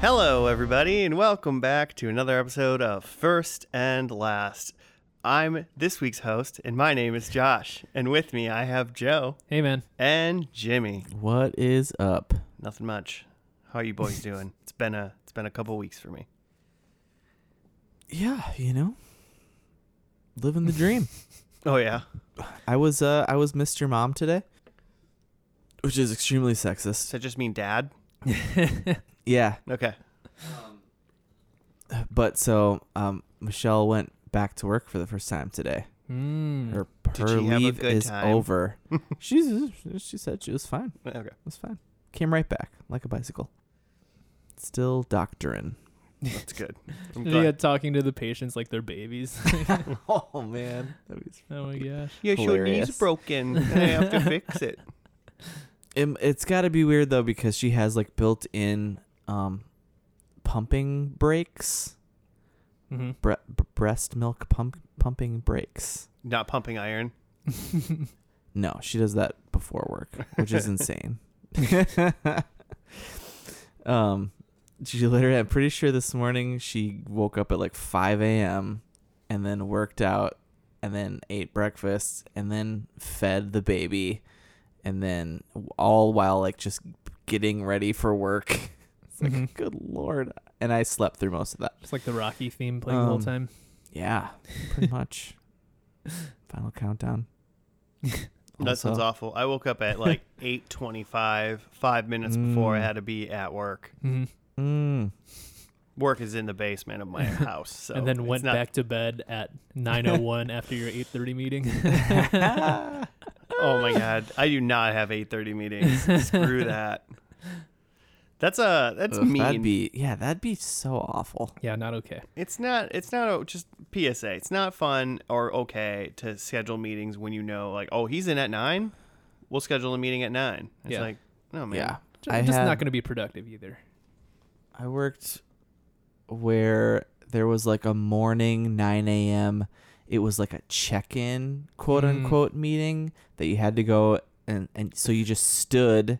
Hello, everybody, and welcome back to another episode of First and Last. I'm this week's host, and my name is Josh. And with me, I have Joe Hey man, and Jimmy. What is up? Nothing much. How are you boys doing? It's been a it's been a couple weeks for me. Yeah, you know, living the dream. Oh yeah, I was uh I was Mr. Mom today, which is extremely sexist. does that just mean dad? Yeah, Okay. Um, but so um Michelle went back to work for the first time today. mm. Her Did her she have a leave good is time? over. She's she said she was fine. It Okay. was fine. Came right back like a bicycle. Still doctoring. That's good. I'm yeah, glad. talking to the patients like they're babies. oh man, That'd be- oh my gosh, Yes, your knee's Hilarious. broken. and I have to fix it. It, it's got to be weird though because she has like built-in um pumping brakes, Mm-hmm. hmm bre- b- breast milk pump pumping brakes. Not pumping iron. No, she does that before work, which is insane. um, she literally. I'm pretty sure this morning she woke up at like 5 a.m. and then worked out, and then ate breakfast, and then fed the baby, and then all while like just getting ready for work. It's like, Mhm. good lord! And I slept through most of that. it's like the Rocky theme playing the whole Um, time. Yeah, pretty much. Final countdown. Mm-hmm. That sounds Also- awful. I woke up at like 8:25, five minutes before I had to be at work. hmm Mm. Work is in the basement of my house, so and then it's went not- back to bed at 9:01 after your 8:30 meeting. Oh my god, I do not have 8:30 meetings. Screw that. That's uh that's Ugh, mean. That'd be yeah, that'd be so awful. yeah, not okay. it's not it's not oh, just PSA. It's not fun or okay to schedule meetings when you know like, oh, he's in at 9. We'll schedule a meeting at 9. It's Yeah. like, no man. Yeah, Just, I just had, not going to be productive either. I worked where there was like a morning nine a.m. It was like a check-in quote Mm. unquote meeting that you had to go and and so you just stood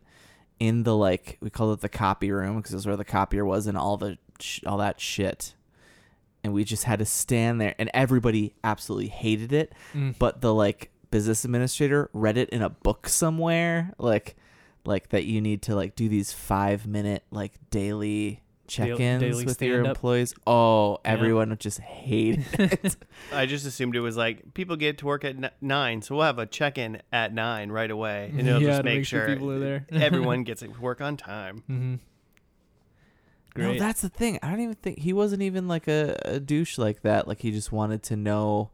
in the like we called it the copy room because it was where the copier was and all the sh- all that shit. And we just had to stand there, and everybody absolutely hated it. Mm. but the like business administrator read it in a book somewhere like like that you need to like do these five minute like daily check-ins daily with your stand-up. employees oh Yeah. everyone would just hate it I just assumed it was like people get to work at n- 9, so we'll have a check-in at 9 right away and it'll Yeah, just to make, make sure sure, e-, people are there. everyone gets to work on time. hmm no that's the thing i don't even think he wasn't even like a, a douche like that like he just wanted to know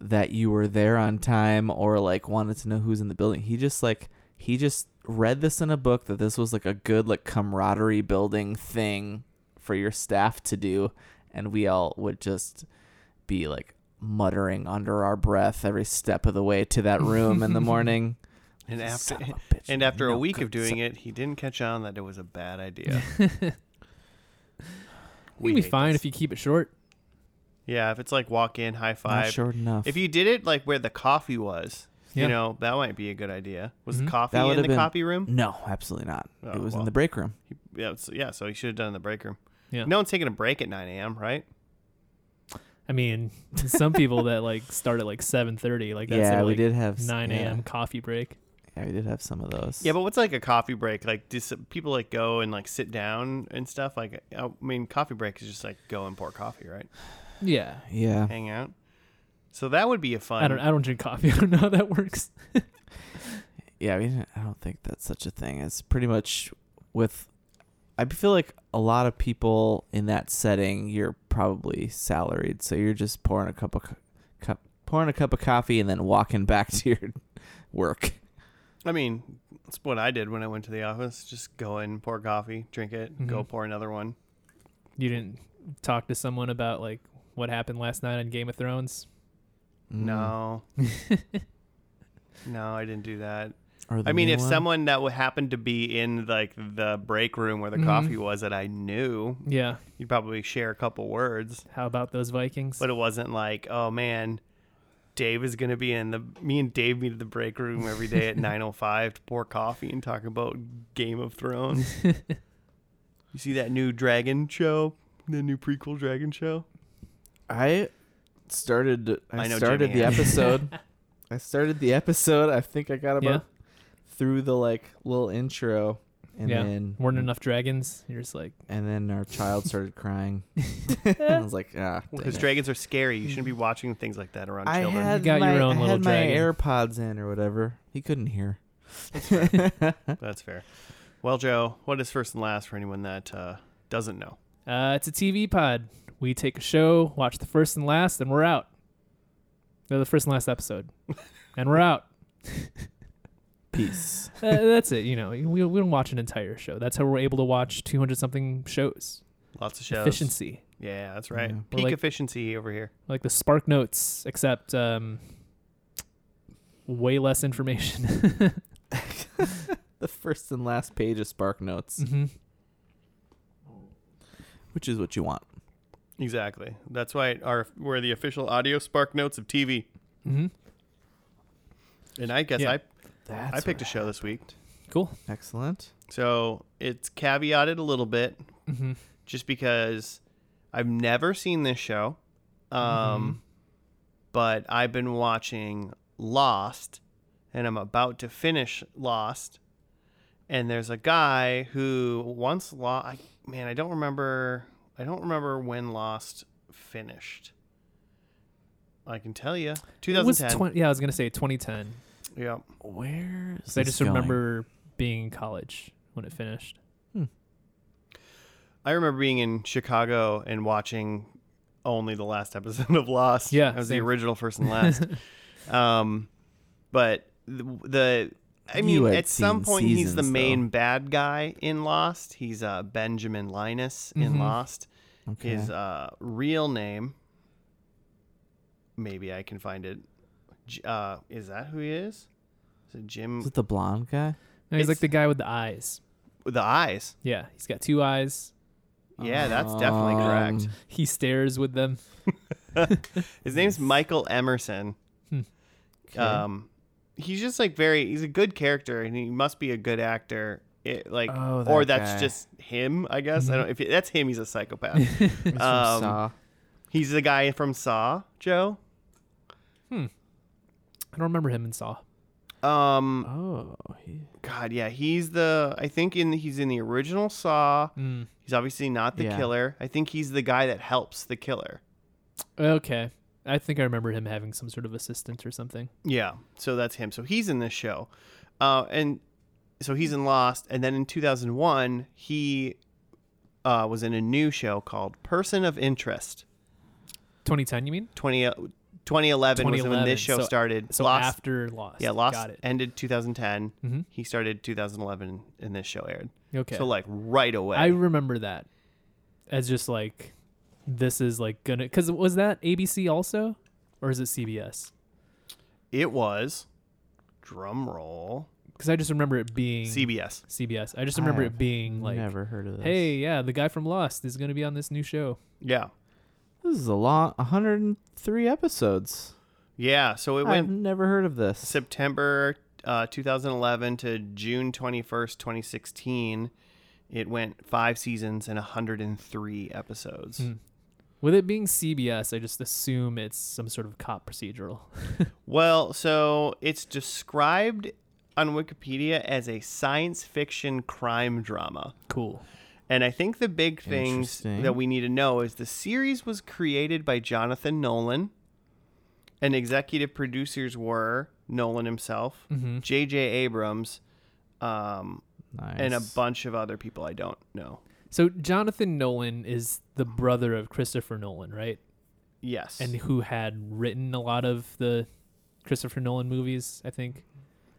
that you were there on time or like wanted to know who's in the building he just like he just read this in a book that this was like a good like camaraderie building thing for your staff to do and we all would just be like muttering under our breath every step of the way to that room in the morning And after Son of a bitch. and after a No week of good doing son- it, he didn't catch on that it was a bad idea. We'd be hate fine this. if you keep it short. Yeah, if it's like walk in, high not five. short enough If you did it like where the coffee was, Yeah. you know, that might be a good idea. Was Mhm. the coffee Mm-hmm. That in the would've been- copy room? no absolutely not Oh, it was well. in the break room Yeah, so, yeah, so he should have done it in the break room. Yeah. No one's taking a break at 9 a.m., right? I mean, some people that like start at like 7:30, like that's yeah, their, we like, did have s- 9 yeah. a.m. coffee break. Yeah, we did have some of those. Yeah, but what's like a coffee break? Like, do some, people like go and like sit down and stuff? Like, I mean, coffee break is just like go and pour coffee, right? Yeah. yeah, Hang out. So that would be a fun. I don't. I don't drink coffee. I don't know how that works. yeah. We didn't, I don't think that's such a thing. It's pretty much with. I feel like a lot of people in that setting, you're probably salaried, so you're just pouring a cup of co- cup, pouring a cup of coffee, and then walking back to your work. I mean, it's what I did when I went to the office. Just go in, pour coffee, drink it, go Mhm. pour another one. You didn't talk to someone about like what happened last night on Game of Thrones. Mm. No. no, I didn't do that. Mm. Or the I mean, new if one. someone that would happen to be in like the break room where the Mhm. coffee was that I knew, Yeah. you'd probably share a couple words. How about those Vikings? But it wasn't like, oh man, Dave is gonna be in the me and Dave meet at the break room every day at nine oh five to pour coffee and talk about Game of Thrones. You see that new dragon show? The new prequel dragon show? I started. I, I know started Jamie the has. episode. I started the episode. I think I got about Yeah. through the like little intro, and Yeah. then Weren't enough dragons. You're just like, And then our child started crying. and I was like, ah. dang Because it." Hmm. dragons are scary. You shouldn't be watching things like that around I children. had got your my, own I little had my dragon. AirPods in or whatever. He couldn't hear. That's fair. Well, Joe, what is first and last for anyone that uh, doesn't know? uh, it's a TV pod. We take a show, watch the first and last, and we're out. No, the first and last episode, and we're out. Peace. Uh, that's it. You know, we we don't watch an entire show. That's how we're able to watch 200 something shows. Lots of shows. Efficiency, Yeah, that's right. Yeah. But Peak like- efficiency over here. like the Spark Notes, except um, way less information. the first and last page of Spark Notes, Mhm. which is what you want. Exactly. That's why our we're the official audio spark notes of TV. Mm-hmm. Mhm. And I guess Yeah. I That's I picked a show this week. Cool. excellent. So it's caveated a little bit Mm-hmm. Mhm. just because I've never seen this show. Um, Mm-hmm. But I've been watching Lost and I'm about to finish Lost. And there's a guy who once lost. I, man, I don't remember. I don't remember when Lost finished. I can tell you, It was 2010. 20, yeah, I was gonna say 2010. yeah, Where? Is So I this just going? remember being in college when it finished. I remember being in Chicago and watching only the last episode of Lost. Yeah, that was same. the original first and last. um, but the, the I You mean, had at some seen point he's the seasons, main bad guy in Lost. He's uh, Benjamin Linus in Mhm. Lost. Mm-hmm. Okay. His uh, real name, maybe I can find it. J- Uh, is that who he is? Is it Jim? um, Is it the blonde guy? No, he's like It's- the guy with the eyes. The eyes. Yeah, he's got two eyes. Yeah, that's definitely correct. Um, He stares with them. His name's Michael Emerson. Hmm. Um, he's just like very. He's a good character, and he must be a good actor. It, like, Oh, or that that's guy. Mm-hmm. just him. I guess I don't. If that's him, he's a psychopath. he's from um, Saw. he's the guy from Saw, Joe. I don't remember him in Saw. Um, Oh, he, God, yeah, he's the. I think in he's in the original Saw. Mm. He's obviously not the Yeah. killer. I think he's the guy that helps the killer. Okay, I think I remember him having some sort of assistant or something. Yeah, so that's him. So he's in this show, uh, and so he's in Lost, and then in 2001 he uh, was in a new show called Person of Interest. 2010, you mean? 20, 2011, was when 2011, this show so- started. So Lost, after Lost. yeah, Lost Got it. ended 2010. Mhm. He started 2011, and this show aired. Okay. So like right away. I remember that as just like this is like gonna because was that ABC also or is it CBS? it was drum roll Because I just remember it being CBS. CBS. I just remember I it being like, never heard of this. hey, yeah, the guy from Lost is gonna be on this new show. Yeah, this is a long 103 episodes. yeah. So it I've went never heard of this. September uh, 2011 to June 21st, 2016, it went five seasons and 103 episodes. Mm. With it being CBS, I just assume it's some sort of cop procedural. Well, so it's described on Wikipedia as a science fiction crime drama. cool. And I think the big things Interesting. that we need to know is the series was created by Jonathan Nolan, and executive producers were Nolan himself, Mm-hmm. J.J. Abrams, um, nice. and a bunch of other people I don't know. So Jonathan Nolan is the brother of Christopher Nolan, right? Yes. And who had written a lot of the Christopher Nolan movies, I think.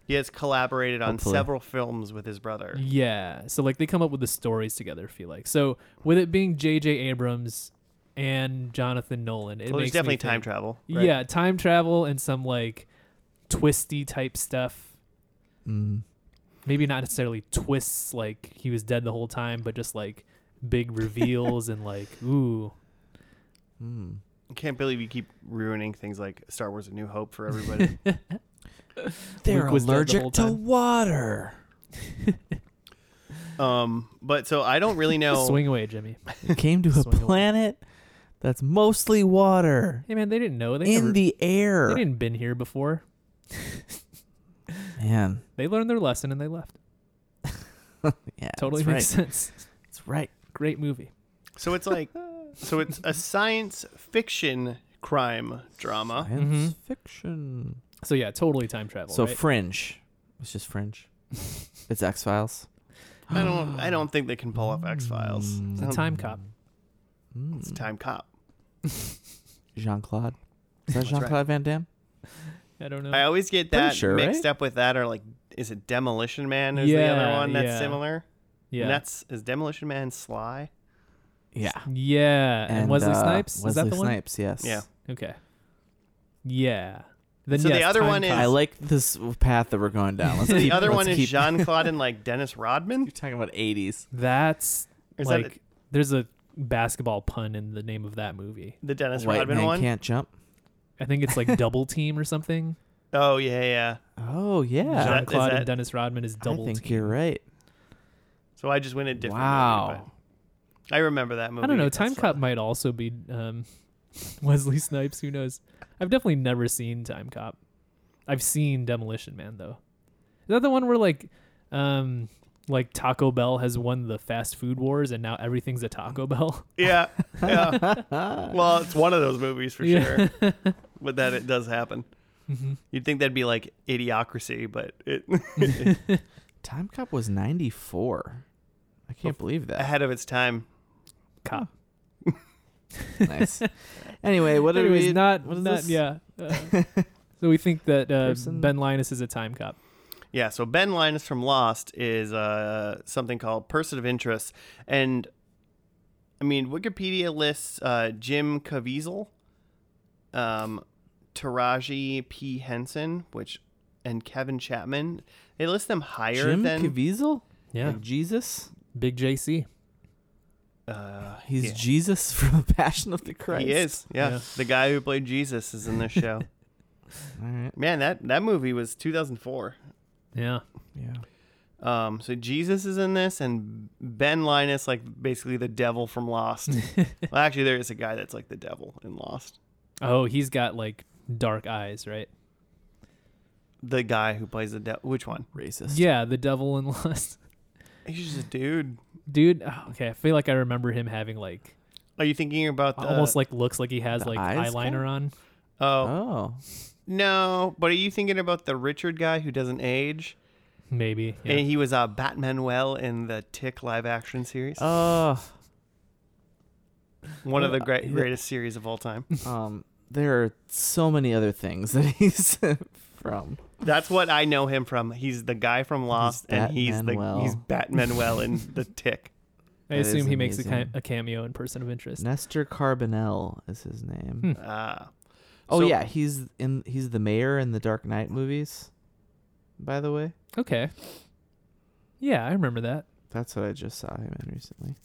he has collaborated on Hopefully. several films with his brother. Yeah. So like they come up with the stories together, I feel like. So with it being JJ Abrams and Jonathan Nolan, it Well, there's makes me definitely time think- travel. right? Yeah, time travel and some like twisty type stuff. Mm. Maybe not necessarily twists like he was dead the whole time, but just like big reveals and like ooh. Mm. I can't believe you keep ruining things like Star Wars A New Hope for everybody. They're Luke was dead the allergic whole to time. water. Um, but so I don't really know. Swing away, Jimmy. It came to a Swing away. planet that's mostly water Hey man, they didn't know. They in never- the they air. didn't been here before. Man, They learned their lesson and they left. yeah, Totally that's right. makes sense. That's right. Great movie. So it's like, so it's a science fiction crime drama. Science fiction. So yeah, totally time travel. So Mm-hmm. right? Fringe. It's just Fringe. it's X Files. I don't, I don't think they can pull off X Files. Mm. Hmm. the time cop. It's time cop. Jean Claude. Is that That's right. Jean Claude Van Damme? I don't know. I always get that sure, mixed right? up with that, or like, is it Demolition Man? Is the other Yeah, one that's yeah. similar? yeah. And that's is Demolition Man Sly? Yeah. yeah. And, Wesley uh, Snipes. Wesley Is that the one? Snipes, yes. Yeah. Okay. Yeah. Then So the yes, other time one cop. is- I like this path that we're going down. Let's So the keep- other let's one is keep- Jean Claude and like Dennis Rodman. You're talking about 80s. That's Is like that there's a basketball pun in the name of that movie. the Dennis White Rodman man one? can't jump. I think it's like Double Team or something. Oh yeah, yeah. Oh yeah. Is that- Jean is Claude that- and Dennis Rodman is Double I think Team. you're right. So I just went a different. Movie, Wow. but I remember that movie. I don't know. That's Time Cop why. might also be um, Wesley Snipes. Who knows? I've definitely never seen Time Cop. I've seen Demolition Man though. Is that the one where like, um, like Taco Bell has won the fast food wars and now everything's a Taco Bell? Yeah, yeah. well, it's one of those movies for Yeah. Mm-hmm. sure. But that it does happen. You'd think that'd be like Idiocracy, but it Mm-hmm. Time Cop was 94. I can't believe that. ahead of its time. Cop. nice. Anyway, what did Anyways, we? not what is not this? yeah. Uh, so we think that uh, Person- Ben Linus is a Time Cop. Yeah. So Ben Linus from Lost is uh, something called Person of Interest, and I mean Wikipedia lists uh, Jim Caviezel, um, Taraji P Henson, which and Kevin Chapman. They list them higher Jim than. Caviezel? Yeah. Like Jesus? Big JC. uh, He's yeah. Jesus from The Passion of the Christ. He is, yeah. Yeah. The guy who played Jesus is in this show. All right. Man, that that movie was 2004. Yeah. Yeah. Um, so Jesus is in this, and Ben Linus, like basically the devil from Lost. well, actually, there is a guy that's like the devil in Lost. Oh, he's got like dark eyes, right? The guy who plays the devil. Which one? Racist. Yeah, the devil in Lost. He's just a dude. dude oh, okay i feel like i remember him having like Are you thinking about the, almost like looks like he has the like eyes eyeliner kinda? on Oh Oh. no! But are you thinking about the Richard guy who doesn't age? maybe yeah. And he was uh, Batman well in the Tick live action series, Uh, Oh. one of the Uh, great, greatest series of all time. um. There are so many other things that he's from. That's what I know him from. He's the guy from Lost, and he's the Batmanuel. he's Batmanuel in the Tick. i That is assume he makes a, ca- amazing. a cameo in person of interest Nestor Carbonell is his name. Hmm. Ah, Oh So- yeah, he's in. He's the mayor in the Dark Knight movies. By the way, okay yeah i remember that that's what I just saw him in recently.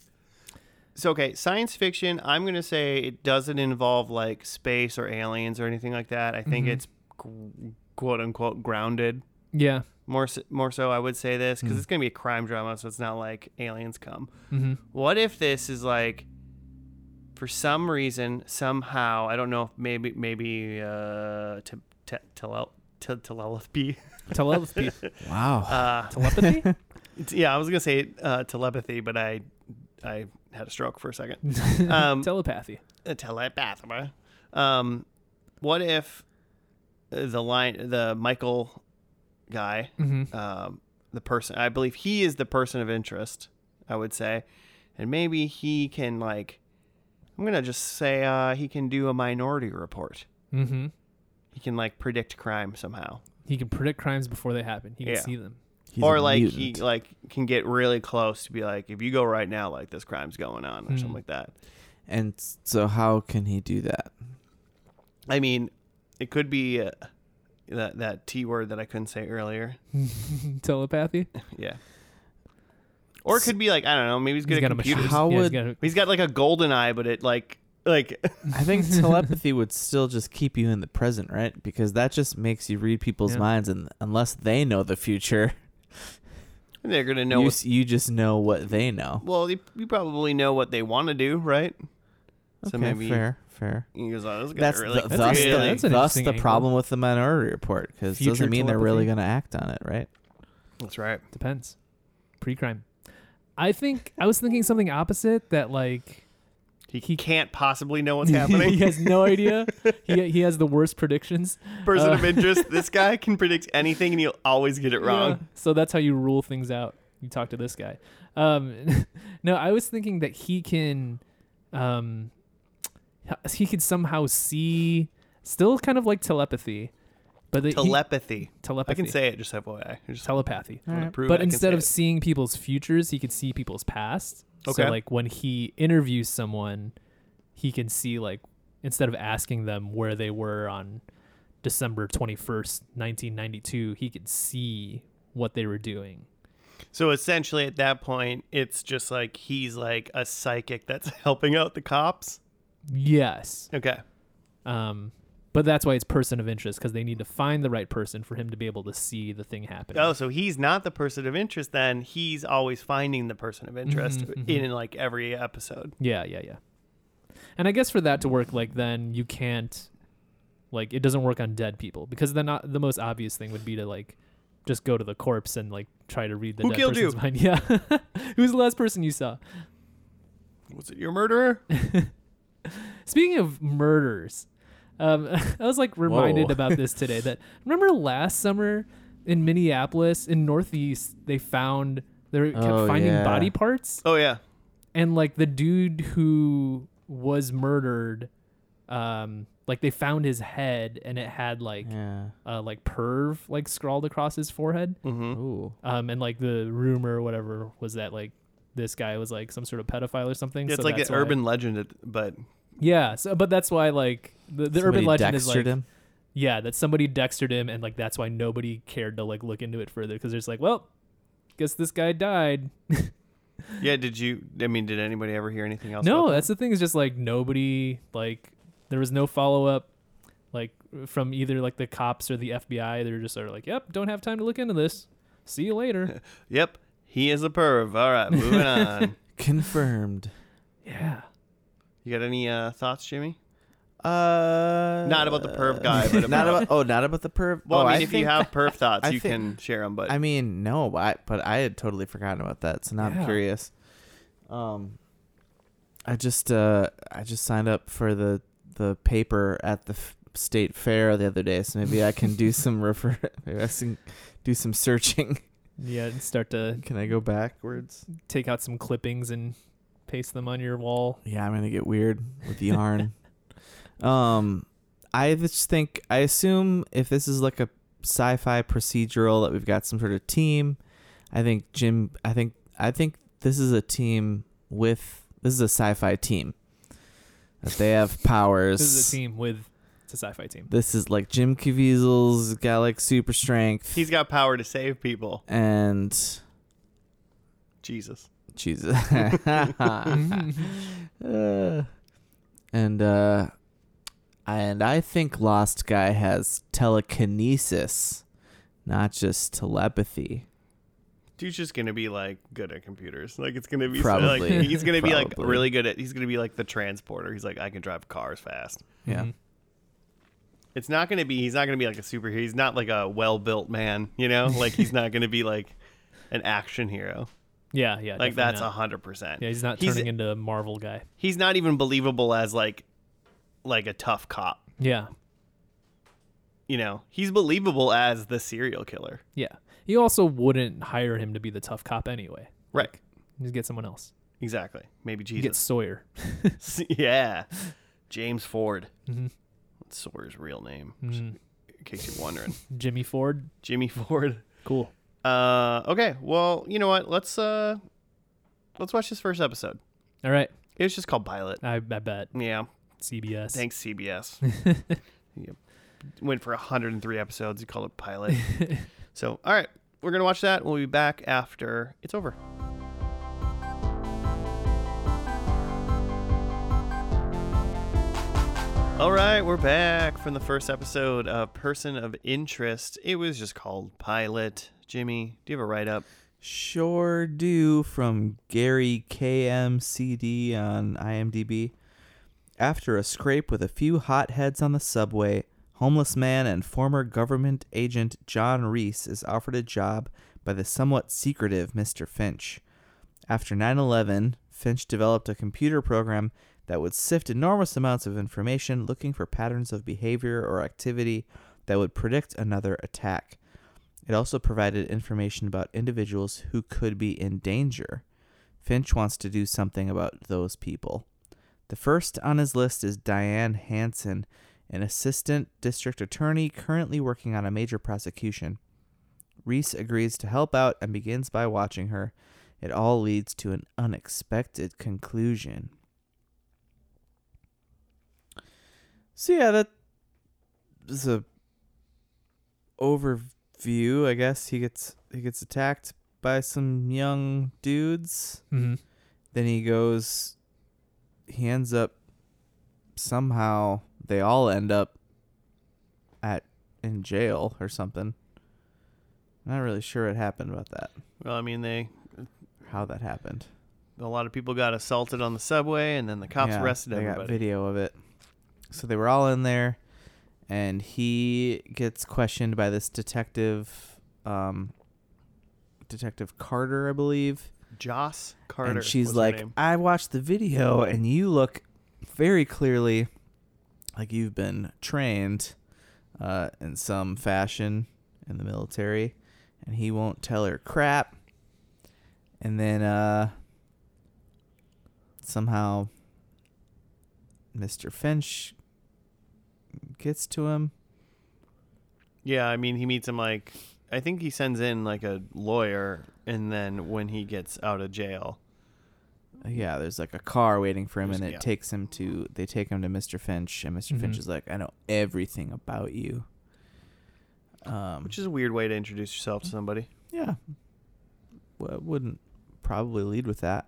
so okay, science fiction. I'm gonna say it doesn't involve like space or aliens or anything like that. I think Mhm. it's qu- quote unquote grounded. yeah More so, more so, I would say this because Mm. it's gonna be a crime drama, so it's not like aliens come. mm-hmm. What if this is like, for some reason, somehow I don't know if maybe maybe uh, te- te- tele- te- telepathy. telepathy Wow. Uh, telepathy It's- Yeah, I was gonna say uh, telepathy, but I I had a stroke for a second. Um, telepathy Uh, telepathy. Um, what if uh, the line the Michael guy, hmm um, the person I believe he is the person of interest. I would say, and maybe he can like. I'm gonna just say uh, he can do a minority report. hmm He can like predict crime somehow, he can predict crimes before they happen he can Yeah. see them He's or a like mutant. he like can get really close to be like, if you go right now, like this crime's going on or Hmm. something like that. And s- so, how can he do that? I mean, it could be uh, that that T word that I couldn't say earlier. telepathy Yeah. Or it could be like I don't know. Maybe he's good he's at got a machine computers. How yeah, he's would- got a- He's got like a golden eye, but it like like I think telepathy would still just keep you in the present, right? Because that just makes you read people's Yeah. minds, and unless they know the future, And they're gonna know. you, what- s- you just know what they know. well, you, you probably know what they want to do, right? So okay, maybe- fair, fair. He goes, "Oh, this guy's That's really the, That's thus, a- really- the, that's an thus the interesting angle. problem with the minority report because it Future doesn't mean they're telepathy. really going to act on it, right? That's right. Depends. Pre crime. I think I was thinking something opposite that like He, he can't possibly know what's happening. he has no idea. he he has the worst predictions. Person Uh, of interest. This guy can predict anything, and he'll always get it Yeah. wrong. So that's how you rule things out. You talk to this guy. Um, no, I was thinking that he can, um, he could somehow see, still kind of like telepathy, but that he- Telepathy. telepathy. I can say it. Just FYI. I just telepathy. want to prove. it, But I can instead say of it. seeing people's futures, he could see people's past. Okay. So like when he interviews someone, he can see like instead of asking them where they were on December 21st, 1992, he could see what they were doing. so essentially, at that point, it's just like he's like a psychic that's helping out the cops. Yes. Okay. Um but that's why it's person of interest because they need to find the right person for him to be able to see the thing happening. Oh, so he's not the person of interest. Then he's always finding the person Mm-hmm, of interest in like every episode. Yeah, yeah, yeah. And I guess for that to work, like then you can't, like it doesn't work on dead people because then not, the most obvious thing would be to like just go to the corpse and like try to read the Who dead killed person's you? mind. Yeah, who's the last person you saw? Was it your murderer? Speaking of murders, um, I was like reminded Whoa. about this today. That remember last summer in Minneapolis in Northeast they found they kept Oh, finding yeah. body parts Oh yeah. and like the dude who was murdered um like they found his head and it had like Yeah. uh like perv like scrawled across his forehead Mm-hmm. Ooh. um and like the rumor or whatever was that like this guy was like some sort of pedophile or something It's so like that's an why- urban legend, at- but yeah so but that's why like the, the urban Somebody legend is dextered like him. yeah that somebody dextered him and like that's why nobody cared to like look into it further because there's like well guess this guy died yeah. Did you? I mean, did anybody ever hear anything else? no about that's the thing is just like nobody like there was no follow-up like from either like the cops or the fbi they're just sort of like yep don't have time to look into this see you later that? Yep. He is a perv. All right, moving on. Confirmed. yeah You got any uh, thoughts, Jimmy? Uh, Not about the perv guy, but about- not about oh, not about the perv. Well, oh, I I mean, if you think- have perv thoughts, I you think- can share them. But I mean, no, I, but I had totally forgotten about that, so now Yeah. I'm curious. Um, I just uh, I just signed up for the the paper at the f- state fair the other day, so maybe I can do some refer, maybe I can do some searching. yeah and start to Can I go backwards? take out some clippings and paste them on your wall Yeah, I'm gonna get weird with yarn. um, I just think I assume if this is like a sci-fi procedural that we've got some sort of team. I think Jim. I think I think this is a team with this is a sci-fi team that they have powers. this is a team with it's a sci-fi team This is like Jim Caviezel's got like super strength he's got power to save people. and Jesus. Jesus. Mm-hmm. Mm-hmm. Uh, and uh and I think Lost Guy has telekinesis, not just telepathy. Dude's just gonna be like good at computers. Like it's gonna be Probably. like he's gonna be like Probably. really good at. He's gonna be like the transporter. He's like I can drive cars fast. Yeah. Mhm. It's not gonna be. He's not gonna be like a super. He's not like a well built man. You know, like he's not gonna be like an action hero. yeah yeah Like definitely that's a not. hundred percent. yeah he's not he's- turning into a marvel guy He's not even believable as like like a tough cop. yeah You know, he's believable as the serial killer. yeah you also wouldn't hire him to be the tough cop anyway Right. just get someone else Exactly. Maybe you get Jesus. sawyer yeah. James Ford. Mhm. That's Sawyer's real name, Mhm. in case you're wondering. Jimmy Ford. Jimmy Ford. Cool. Uh, okay. Well, you know what? Let's uh, let's watch this first episode. All right. It was just called Pilot. I, I bet Yeah. CBS. Thanks CBS. yep. Went for 103 episodes. You called it Pilot. so, all right. We're gonna watch that. We'll be back after it's over. All right, we're back from the first episode of Person of Interest. It was just called Pilot. Jimmy, do you have a write up? Sure do from Gary KMCD on IMDb. After a scrape with a few hotheads on the subway, homeless man and former government agent John Reese is offered a job by the somewhat secretive Mr. Finch. After 9 11, Finch developed a computer program that would sift enormous amounts of information looking for patterns of behavior or activity that would predict another attack. It also provided information about individuals who could be in danger. Finch wants to do something about those people. The first on his list is Diane Hansen, an assistant district attorney currently working on a major prosecution. Reese agrees to help out and begins by watching her. It all leads to an unexpected conclusion. So yeah, that is a overview, I guess. He gets he gets attacked by some young dudes. Mm-hmm. Then he goes he ends up somehow they all end up at in jail or something. Not really sure what happened about that. Well, I mean, they How that happened. a lot of people got assaulted on the subway, and then the cops Yeah, arrested they everybody. got video of it. So they were all in there, and he gets questioned by this detective, um, Detective Carter, I believe. Joss Carter. and she's was her like, name. "I watched the video, and you look very clearly like you've been trained uh, in some fashion in the military." And he won't tell her crap. And then uh, somehow, Mr. Finch gets to him. yeah, I mean, he meets him like, I think he sends in like a lawyer, and then when he gets out of jail, Yeah, there's like a car waiting for him, There's- and it yeah. takes him to. They take him to Mr. Finch, and mister Finch Mhm. is like, "I know everything about you." Um, which is a weird way to introduce yourself to somebody. yeah, well, I wouldn't probably lead with that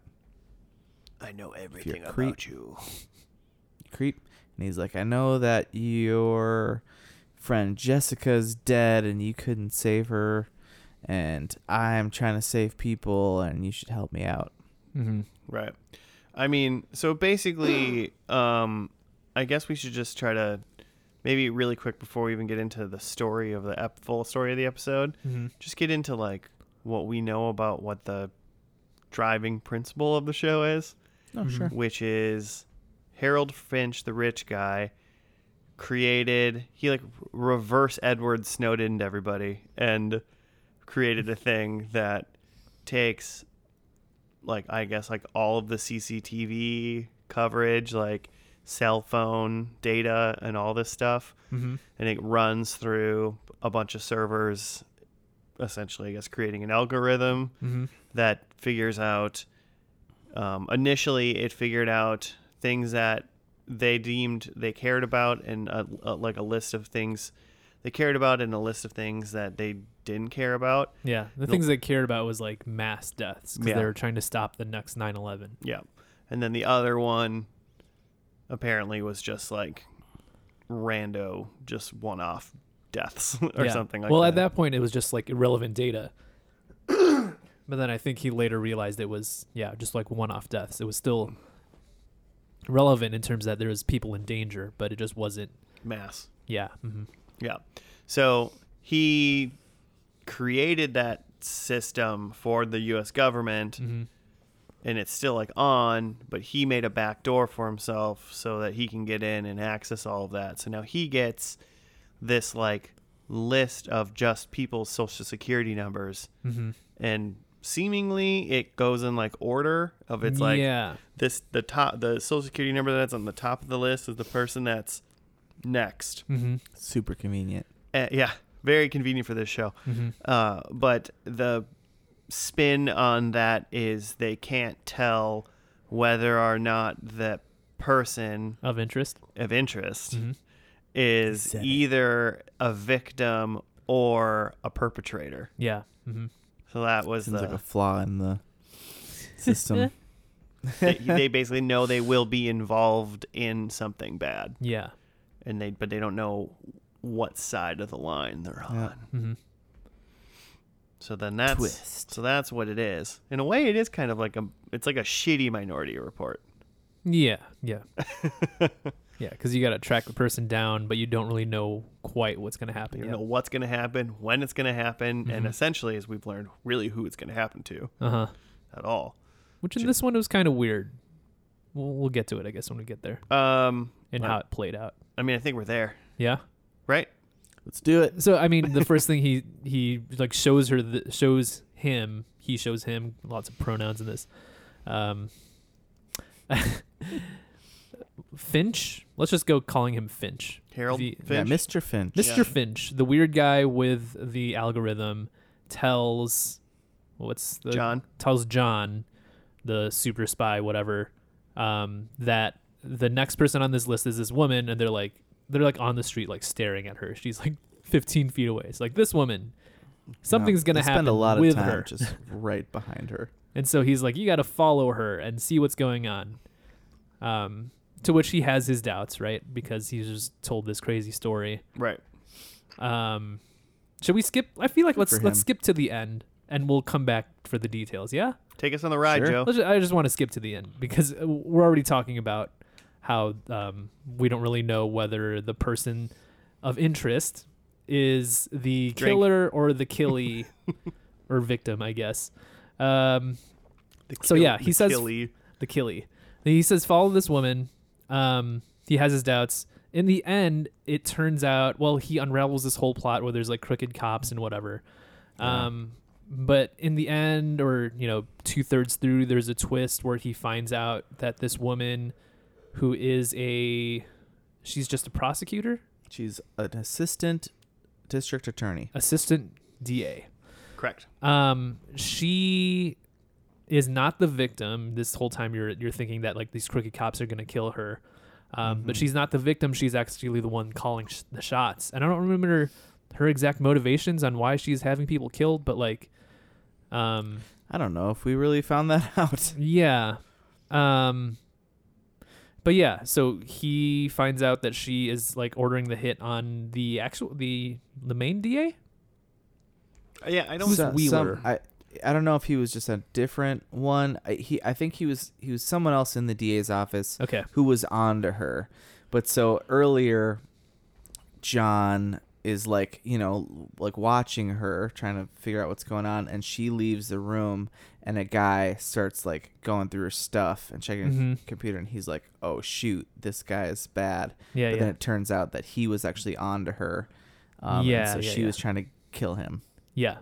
I know everything creep. about you. creep. And he's like, "I know that your friend Jessica's dead, and you couldn't save her, and I'm trying to save people, and you should help me out." Mm-hmm. Right. I mean, so basically, um, I guess we should just try to maybe really quick before we even get into the story of the ep- full story of the episode, Mm-hmm. just get into like what we know about what the driving principle of the show is, Oh, Mhm. sure. which is Harold Finch, the rich guy, created he like reverse Edward Snowden to everybody and created a thing that takes like I guess like all of the CCTV coverage, like cell phone data and all this stuff Mm-hmm. and it runs through a bunch of servers essentially i guess creating an algorithm Mm-hmm. that figures out um, initially it figured out things that they deemed they cared about and uh uh like a list of things they cared about and a list of things that they didn't care about Yeah, the The- things they cared about was like mass deaths because Yeah. they were trying to stop the next 9/11. yeah and then the other one apparently was just like rando just one-off deaths or Yeah. something like well, that at that point, it was just like irrelevant data. but then I think he later realized it was yeah, just like one-off deaths. It was still relevant in terms that there was people in danger, but it just wasn't. mass Yeah. Mm-hmm. Yeah. So he created that system for the US government Mm-hmm. and it's still like on, but he made a back door for himself so that he can get in and access all of that. So now he gets this like list of just people's social security numbers Mm-hmm. and seemingly it goes in like order of it's like yeah, this the top the social security number that's on the top of the list is the person that's next. mm-hmm. Super convenient. Uh, yeah, very convenient for this show. Mm-hmm. Mhm. Uh, but the spin on that is they can't tell whether or not the person of interest. of interest Mhm. is Said Mm-hmm. it. either a victim or a perpetrator. Yeah. Mm-hmm. So that was Seems the like a flaw in the system. they, they basically know they will be involved in something bad, Yeah. and they but they don't know what side of the line they're on. Yeah. Mm-hmm. So then that's Twist. so that's what it is. In a way, it is kind of like a it's like a shitty Minority Report. Yeah, yeah, yeah. Because you got to track the person down, but you don't really know quite what's going to happen. You yet. know what's going to happen, when it's going to happen, and essentially, as we've learned, really who it's going to happen to Uh huh. at all. Which in this one was kind of weird. We'll, we'll get to it, I guess, when we get there Um, and Wow. how it played out. I mean, I think we're there, Yeah. right? Let's do it. So I mean, the first thing he he like shows her the, shows him he shows him lots of pronouns in this. Um, Finch. Let's just go calling him Finch. Harold The- Finch. Yeah, Mr. Finch. Mr. Finch, the weird guy with the algorithm, tells what's the John. tells John, the super spy, whatever, um, that the next person on this list is this woman, and they're like they're like on the street, like staring at her. She's like 15 feet away. It's like this woman, something's They gonna happen Spend a lot with of time her. just right behind her. And so he's like, you got to follow her and see what's going on. Um, to which he has his doubts, right? Because he's just told this crazy story. right? Um, should we skip? I feel like let's for let's him. skip to the end, and we'll come back for the details. Yeah, Take us on the ride, Sure. Joe. Let's ju- I just want to skip to the end because uh, we're already talking about how um, we don't really know whether the person of interest is the Drink. killer or the killie or victim, I guess. Um, So yeah, he says- Killy. the killie. He says, "Follow this woman." Um, he has his doubts. In the end, it turns out well, he unravels this whole plot where there's like crooked cops and whatever. Um, But in the end, or you know, two thirds through, there's a twist where he finds out that this woman, who is a, she's just a prosecutor, She's an assistant district attorney. assistant DA. correct. Um, she is not the victim. This whole time you're you're thinking that like these crooked cops are gonna kill her, um, but Mm-hmm. she's not the victim. She's actually the one calling sh- the shots. And I don't remember her exact motivations on why she's having people killed, but like, um, I don't know if we really found that out. yeah, um, but yeah. So he finds out that she is like ordering the hit on the actual the the main DA. Uh, Yeah, I don't. Who's Wheeler? I, I don't know if he was just a different one. I, he I think he was he was someone else in the DA's office Okay. who was on to her. But so earlier, John is like, you know, like watching her, trying to figure out what's going on, and she leaves the room, and a guy starts like going through her stuff and checking Mm-hmm. her Mhm. computer, and he's like, oh shoot, this guy is bad. Yeah, but yeah. then it turns out that he was actually on to her. Um, and Yeah, so yeah, she yeah. was trying to kill him. Yeah.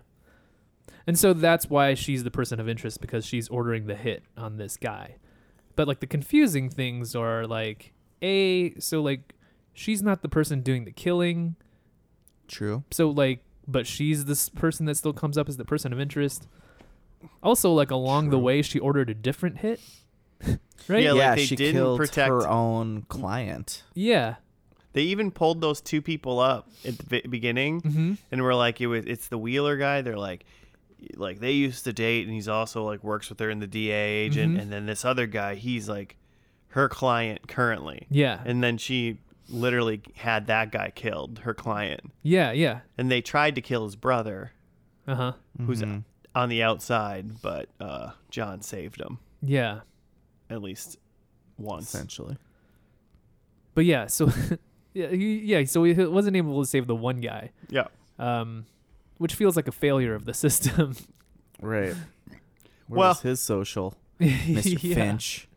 And so that's why she's the person of interest because she's ordering the hit on this guy. But like the confusing things are like A, so like she's not the person doing the killing. True. So like but she's this person that still comes up as the person of interest. Also like along the True. way she ordered a different hit. right? Yeah, Yeah. like, yeah, they she didn't killed protect- her own client. They even pulled those two people up at the be- beginning, Mm-hmm. Mhm. and we're like, it was it's the Wheeler guy. They're like, like they used to date, and he's also like works with her in the DA agent, Mm-hmm. Mhm. and then this other guy, he's like her client currently, Yeah. and then she literally had that guy killed, her client, yeah, yeah. and they tried to kill his brother, Uh-huh. who's Hmm. Mm-hmm. on the outside, but uh, John saved him Yeah. at least once. Essentially. But yeah, so yeah, he, yeah, so he wasn't able to save the one guy. Yeah, um, which feels like a failure of the system. Right. Where Well- was his social, Mr. Mr. Finch?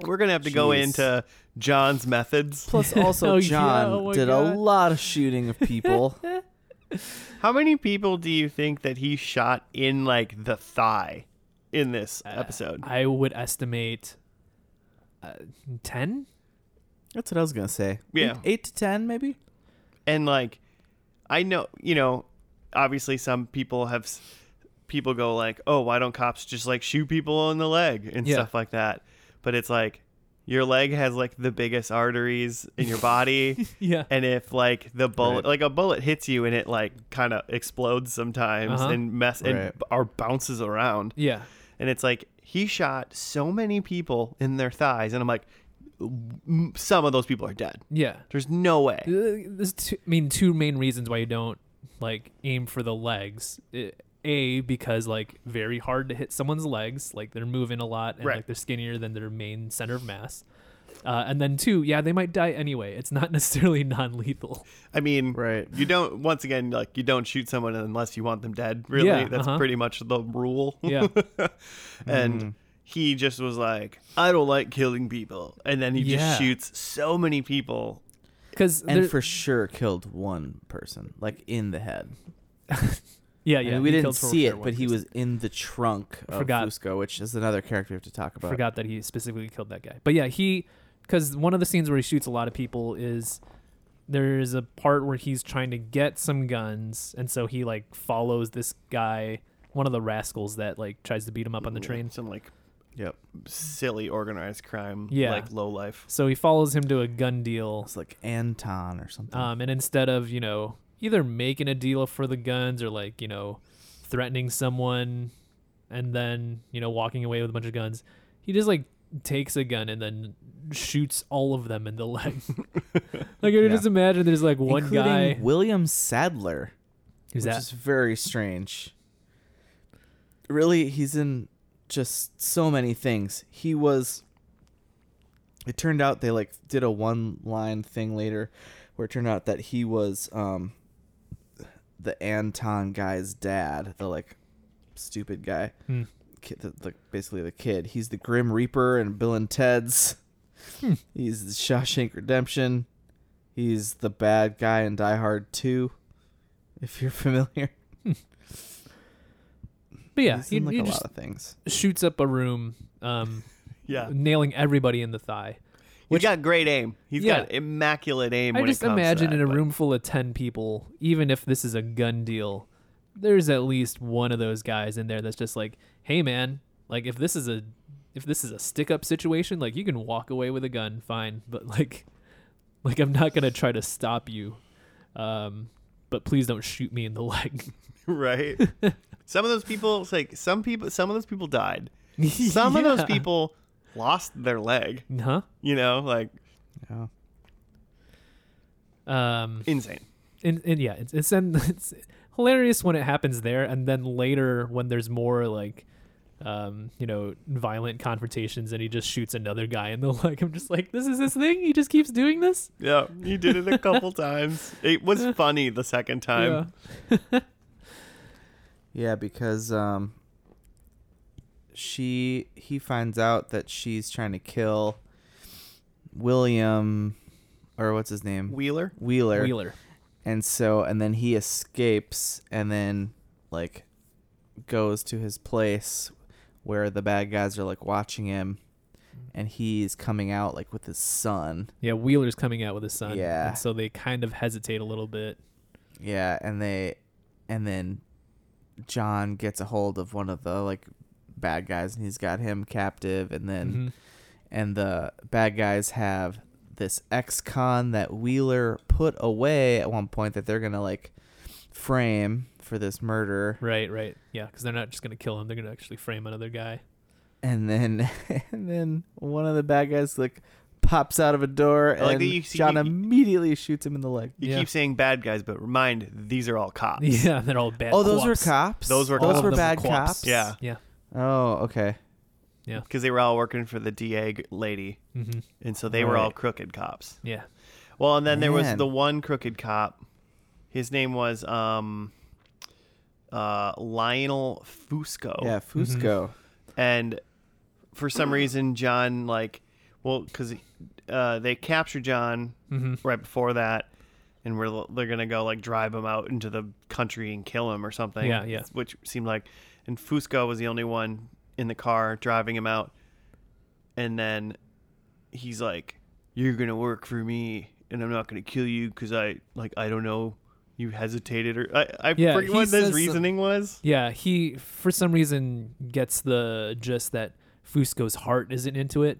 we're gonna have to go Jeez. into John's methods. Plus, Oh, also yeah, John oh my did a God. lot of shooting of people. How many people do you think that he shot in like the thigh in this episode? Uh, I would estimate uh, ten. That's what I was gonna say. Yeah. eight, eight to ten, maybe. And like, I know, you know, obviously some people have s- people go like, oh, why don't cops just like shoot people in the leg and Yeah. stuff like that? But it's like your leg has like the biggest arteries in your body. Yeah. And if like the bullet, Right. like a bullet hits you and it like kind of explodes sometimes Uh-huh. and mess and Right. or bounces around, Yeah. and it's like he shot so many people in their thighs and i'm like "M- some of those people are dead Yeah. there's no way Uh, There's two, I mean, two main reasons why you don't like aim for the legs. I- A because like very hard to hit someone's legs, like they're moving a lot and Right. like they're skinnier than their main center of mass. Uh, and then two, yeah, they might die anyway. It's not necessarily non-lethal. I mean, Right. You don't. Once again, like you don't shoot someone unless you want them dead. Really, Yeah, that's uh-huh. pretty much the rule. Yeah. Mm. and he just was like, "I don't like killing people," and then he Yeah. just shoots so many people. Because and for sure killed one person, like in the head. yeah, I Uh, yeah, mean, we he didn't killed for see sure it, one but he person. was in the trunk of Forgot. Fusco, which is another character we have to talk about. forgot that he specifically killed that guy. But yeah, he because one of the scenes where he shoots a lot of people is there's a part where he's trying to get some guns, and so he like follows this guy, one of the rascals that like tries to beat him up on the train. Some like Yep. silly organized crime. Yeah. like low life. So he follows him to a gun deal, It's like Anton or something. um, and instead of you know either making a deal for the guns or like you know threatening someone and then you know walking away with a bunch of guns, he just like takes a gun and then shoots all of them in the leg. like I Yeah. just imagine there's like one Including guy William Sadler. who's which that? is very strange. Really, he's in just so many things. He was. It turned out they like did a one line thing later, where it turned out that he was um, the Anton guy's dad, the like stupid guy, Hmm. kid, the, the, basically the kid. He's the Grim Reaper and Bill and Ted's. Hmm. He's the Shawshank Redemption. He's the bad guy in Die Hard Two, if you're familiar. but yeah, He's he, in like he a just lot of things. shoots up a room, um, Yeah, nailing everybody in the thigh. he's got great aim. He's Yeah. got immaculate aim. I when it just comes to imagine that, in a but- room full of ten people, even if this is a gun deal, there's at least one of those guys in there that's just like, "Hey, man, like if this is a if this is a stick up situation, like you can walk away with a gun, fine, but like, like I'm not gonna try to stop you, um, but please don't shoot me in the leg." right? some of those people, it's like some people, some of those people died. Some of Yeah. those people lost their leg. huh? You know, like Yeah. Um, insane. and, and yeah, it's it's, and it's hilarious when it happens there, and then later when there's more like, um, you know, violent confrontations, and he just shoots another guy in the leg. I'm just like, this is his thing. He just keeps doing this. Yeah, he did it a couple times. It was funny the second time. Yeah. Yeah, because um, she he finds out that she's trying to kill William, or what's his name, Wheeler. Wheeler, Wheeler. and so and then he escapes and then like goes to his place where the bad guys are like watching him, Mm-hmm. and he's coming out like with his son. Yeah, Wheeler's coming out with his son. Yeah. And so they kind of hesitate a little bit. Yeah, and they and then John gets a hold of one of the like bad guys and he's got him captive and then Mm-hmm. Mhm. and the bad guys have this ex-con that Wheeler put away at one point that they're going to like frame for this murder Right, right. Yeah, because they're not just gonna kill him; they're gonna actually frame another guy. and then and then one of the bad guys like pops out of a door I like and that you see- John immediately shoots him in the leg. You Yeah. keep saying bad guys, but remind these are all cops. Yeah, they're all bad. Oh, those cops. were cops. Those were those cops. were All of them bad were cops. cops. Yeah, Yeah. Oh, okay. because they were all working for the DA lady, hmm and so they were all Right. crooked cops. Yeah. Well, and then there was Man. the one crooked cop. His name was um, uh, Lionel Fusco. Yeah, Fusco. Mm-hmm. and for some reason john like well because uh, they capture john Mm-hmm. right before that and we're they're gonna go like drive him out into the country and kill him or something Yeah, yeah. which seemed like and fusco was the only one in the car driving him out and then he's like you're gonna work for me and i'm not gonna kill you because i like i don't know you hesitated or i, I Yeah, forget he what says his some- reasoning was Yeah, he for some reason gets the just that Fusco's heart isn't into it.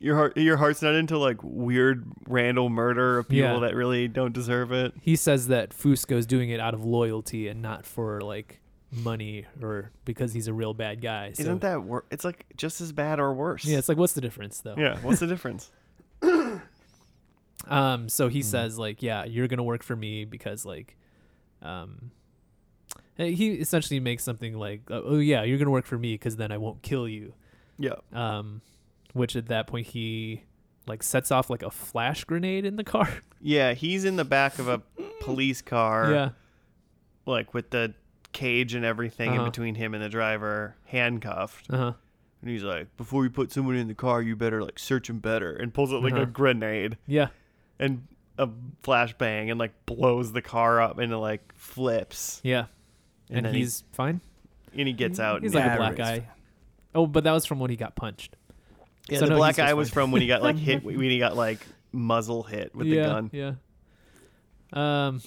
your heart your heart's not into like weird random murder of people Yeah. that really don't deserve it He says that Fusco's doing it out of loyalty and not for like money or because he's a real bad guy. So, not that wor- it's like just as bad or worse Yeah, it's like what's the difference though? yeah what's the difference Um so he says like, yeah, you're going to work for me because like um Uh, He essentially makes something like, "Oh yeah, you're gonna work for me because then I won't kill you." Yeah. Um, which at that point he like sets off like a flash grenade in the car. Yeah, he's in the back of a police car, yeah, like with the cage and everything in Uh-huh. between him and the driver, handcuffed. uh huh, And he's like, "Before you put someone in the car, you better like search him better." And pulls out like Uh-huh. a grenade yeah. and a flashbang and like blows the car up into like flips. Yeah. And And, then he- he's fine. And he gets out. He's and like a Yeah, black everybody's guy. Oh, but that was from when he got punched. Yeah, So the no, black he's just eye was fine. from when he got like hit when he got like muzzle hit with yeah, the gun. Yeah. Um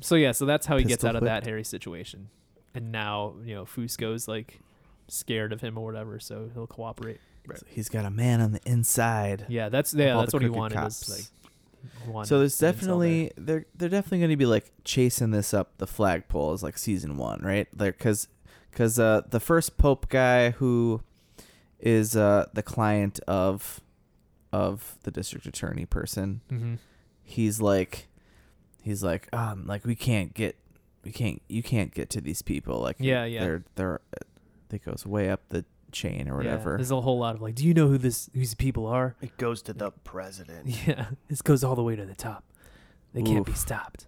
so yeah, so that's how he gets Pistol out of whip. that hairy situation. And now, you know, Fusco's like scared of him or whatever, so he'll cooperate. Right. So he's got a man on the inside. Yeah, that's yeah, all that's the what he crooked wanted cops. was like he wanted So there's an insult definitely they're they're definitely going to be like chasing this up the flagpole is like season one, right? Like because because uh, the first Pope guy who is uh, the client of of the district attorney person, there. Mhm. he's like he's like um like we can't get we can't you can't get to these people like Yeah, yeah. they're they're they goes way up the chain or Yeah, whatever. there's a whole lot of like, do you know who this who these people are? It goes to the president. Yeah. This goes all the way to the top. They can't be stopped.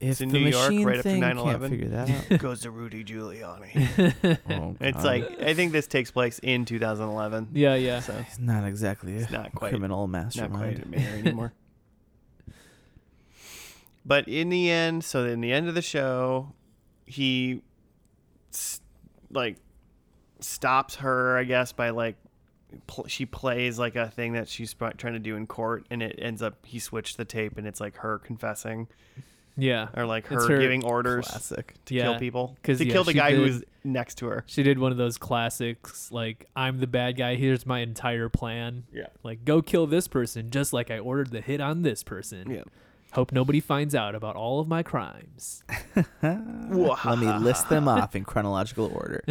if It's in the New York, machine right after thing 9/11. can't figure that out, goes to Rudy Giuliani. oh, It's God. like I think this takes place in 2011. Yeah, yeah. So He's not exactly a it's not quite criminal not quite mastermind. a mayor anymore. but in the end, so in the end of the show, he s- like stops her, I guess, by like pl- she plays like a thing that she's sp- trying to do in court, and it ends up he switched the tape, and it's like her confessing Yeah. or like her, It's her giving orders Classic. to Yeah. kill people 'Cause, to yeah, kill the she guy who did- was next to her. She did one of those classics, like I'm the bad guy. Here's my entire plan. Yeah. Like go kill this person, just like I ordered the hit on this person. Yeah. Hope nobody finds out about all of my crimes. Let me list them off in chronological order.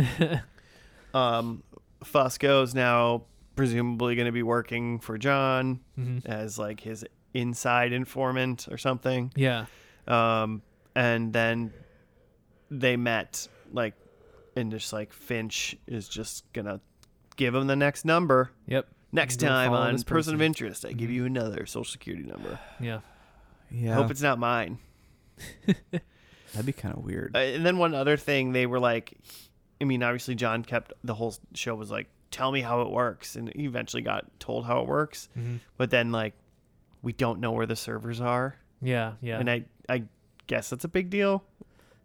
Um, Fusco is now presumably going to be working for John Mhm. as like his inside informant or something. Yeah. Um, and then they met like, and just like Finch is just gonna give him the next number. Yep. Next Go time follow on this person. of person. interest, I give you another social security number. Yeah. Yeah, Hope it's not mine. that'd be kind of weird. Uh, and then one other thing, they were like, I mean, obviously John kept the whole show was like, tell me how it works, and he eventually got told how it works. Mhm. But then like, we don't know where the servers are, Yeah. Yeah. and I I guess that's a big deal.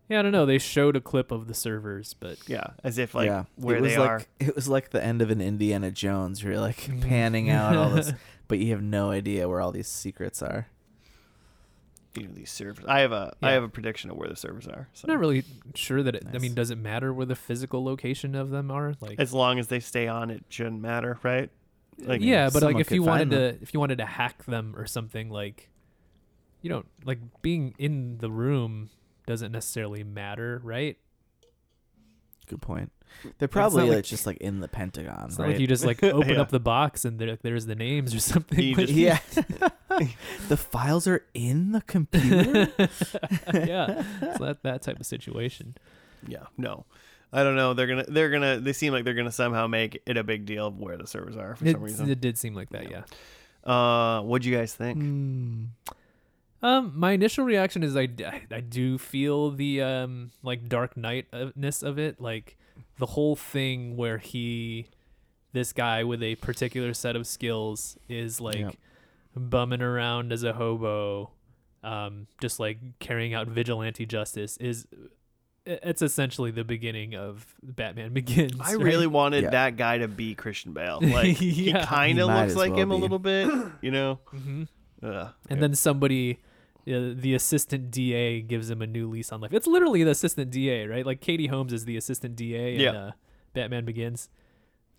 yeah. I don't know. They showed a clip of the servers, but Yeah, as if like yeah, where it was they like are. Mm. it was like the end of an Indiana Jones. You're like panning out all this, but you have no idea where all these secrets are. You know, these servers. I have a I Yeah. have a prediction of where the servers are. So I'm not really sure that it. I Nice. mean, does it matter where the physical location of them are? Like. as long as they stay on, it shouldn't matter, right? Like yeah, but like someone if could you wanted find them. to, if you wanted to hack them or something, like you don't like being in the room doesn't necessarily matter, right? Good point. They're probably like, like- just like in the Pentagon, It's not right? like you just like open Yeah. up the box and there, there's the names or something. You like- just- yeah, the files are in the computer. yeah, it's that that type of situation. yeah, no. I don't know. They're gonna. They're gonna. They seem like they're gonna somehow make it a big deal of where the servers are for It, some reason. it did seem like that, yeah. Uh, what'd you guys think? Mm, Hmm. Um, my initial reaction is I, d- I do feel the um like Dark Knight-ness of it, like the whole thing where he, this guy with a particular set of skills is like Yep. bumming around as a hobo, um, just like carrying out vigilante justice is, i- it's essentially the beginning of Batman Begins. I right? really wanted Yeah. that guy to be Christian Bale. Like he Yeah. kind He of might looks as like well him a be. little bit, you know. Mhm. Ugh. And then somebody, uh, the assistant DA, gives him a new lease on life. It's literally the assistant DA, right? Like Katie Holmes is the assistant DA Yeah. in uh, Batman Begins.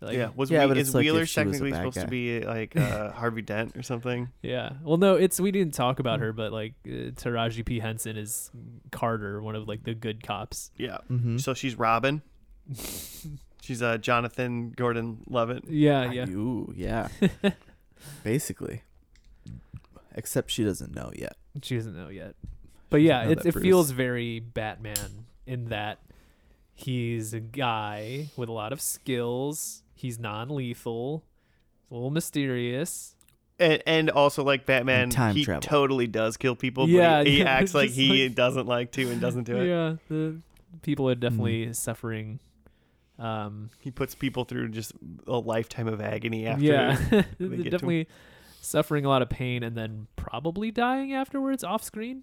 Like, yeah, was Yeah, we, but is it's like if Wheeler she was a technically bad supposed to guy. be like uh, Harvey Dent or something? yeah. Well, no, it's we didn't talk about her, but like uh, Taraji P Henson is Carter, one of like the good cops. Yeah. Mhm. So she's Robin. she's uh, Jonathan Gordon Levitt. Yeah, yeah. Ooh, yeah. Basically. Except she doesn't know yet. She doesn't know yet. But yeah, know it, that it Bruce. feels very Batman in that he's a guy with a lot of skills. He's non-lethal, a little mysterious. and, and also like Batman, And time he travel. totally does kill people. But Yeah, he, he yeah, acts it's like just he like- doesn't like to and doesn't do it. Yeah, the people are definitely suffering. Um, He puts people through just a lifetime of agony after. yeah, They're get to 'em. definitely suffering a lot of pain and then probably dying afterwards off screen.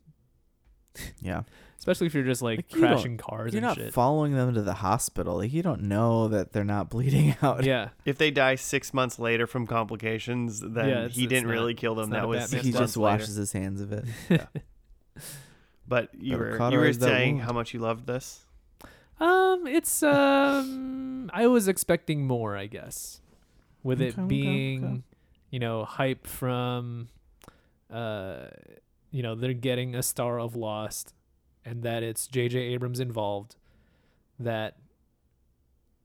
Yeah. Especially if you're just like, Like, you don't- crashing cars You're and not shit. following them to the hospital. Like, you don't know that they're not bleeding out. yeah, If they die six months later from complications, then Yeah, it's- he it's didn't not- really kill them. it's not That a was Batman six He stuff. months just later. washes his hands of it. But you Better were you were cauterize that saying wound. how much you loved this. Um, it's um, I was expecting more, I guess, with Okay, okay, it okay. being, you know, hype from, uh, you know, they're getting a star of Lost, and that it's J.J. Abrams involved. That,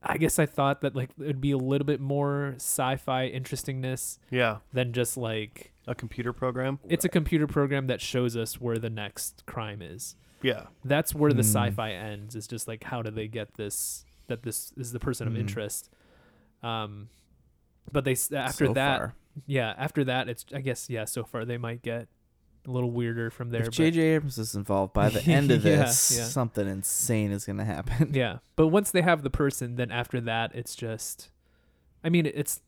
I guess, I thought that like it'd be a little bit more sci-fi interestingness Yeah, than just like a computer program. it's a computer program that shows us where the next crime is Yeah, that's where the Hmm. sci-fi ends is just like how do they get this that this is the person of Hmm. interest um but they s- uh, after So that far. yeah after that it's i guess yeah so far they might get a little weirder from there if but- J.J. Abrams is involved by the end of Yeah, this, yeah. something insane is going to happen. yeah but once they have the person then after that it's just i mean it's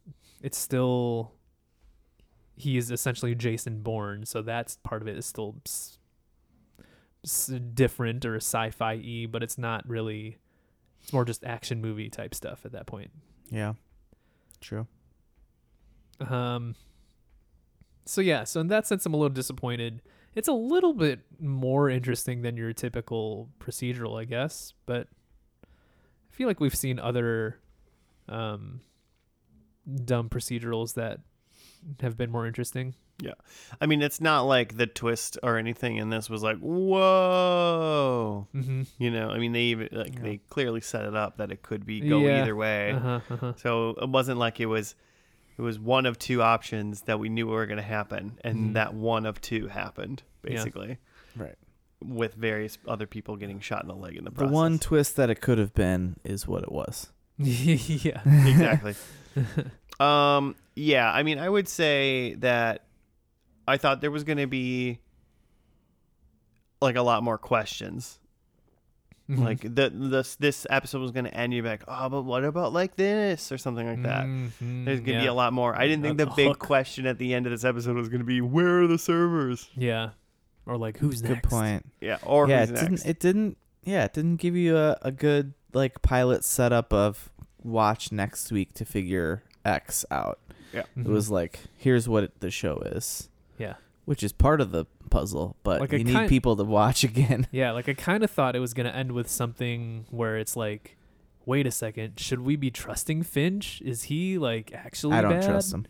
it's still he is essentially jason bourne so that's part of it is still s- s- different or sci-fi e but it's not really it's more just action movie type stuff at that point Yeah. True. um so yeah so in that sense i'm a little disappointed it's a little bit more interesting than your typical procedural i guess but i feel like we've seen other um dumb procedurals that have been more interesting I mean it's not like the twist or anything in this was like whoa. mm-hmm. You know, I mean they even like Yeah. they clearly set it up that it could be go Yeah. either way. uh-huh, uh-huh. So it wasn't like it was it was one of two options that we knew were going to happen and Mhm. that one of two happened Yeah. basically Right. with various other people getting shot in the leg in the The process. one twist that it could have been is what it was. yeah exactly. um yeah, I mean I would say that I thought there was going to be like a lot more questions Mm-hmm. Mhm. like the this this episode was going to end you're like oh but what about like this or something like that Mm-hmm. Mhm, there's going to yeah. be a lot more i didn't think That's the a big hook. question at the end of this episode was going to be where are the servers yeah or like who's Good next point. yeah or yeah, who's it next didn't. It didn't. Yeah, it didn't give you a, a good like pilot setup of watch next week to figure X out. Mhm. It was like, here's what it, the show is. Yeah. Which is part of the puzzle, but Like a you need kind- people to watch again. Yeah, like I kind of thought it was going to end with something where it's like, wait a second, should we be trusting Finch? Is he like actually I don't bad? trust him.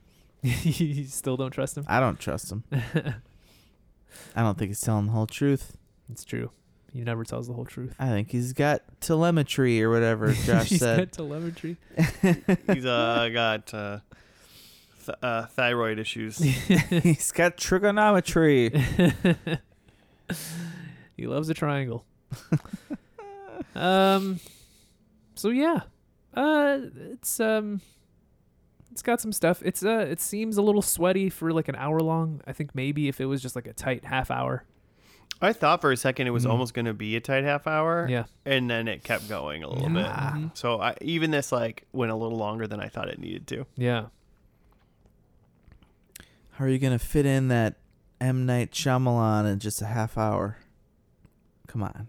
you still don't trust him? I don't trust him. I don't think he's telling the whole truth. it's true. He never tells the whole truth. I think he's got telemetry or whatever Josh He's got said. telemetry. he's uh, got uh, th- uh, thyroid issues he's got trigonometry. he loves a triangle. um so yeah. Uh it's um it's got some stuff. It's uh it seems a little sweaty for like an hour long. I think maybe if it was just like a tight half hour. i thought for a second it was Mm. almost going to be a tight half hour Yeah. and then it kept going a little Yeah. bit so I, even this like went a little longer than i thought it needed to Yeah. How are you gonna fit in that M Night Shyamalan in just a half hour? Come on.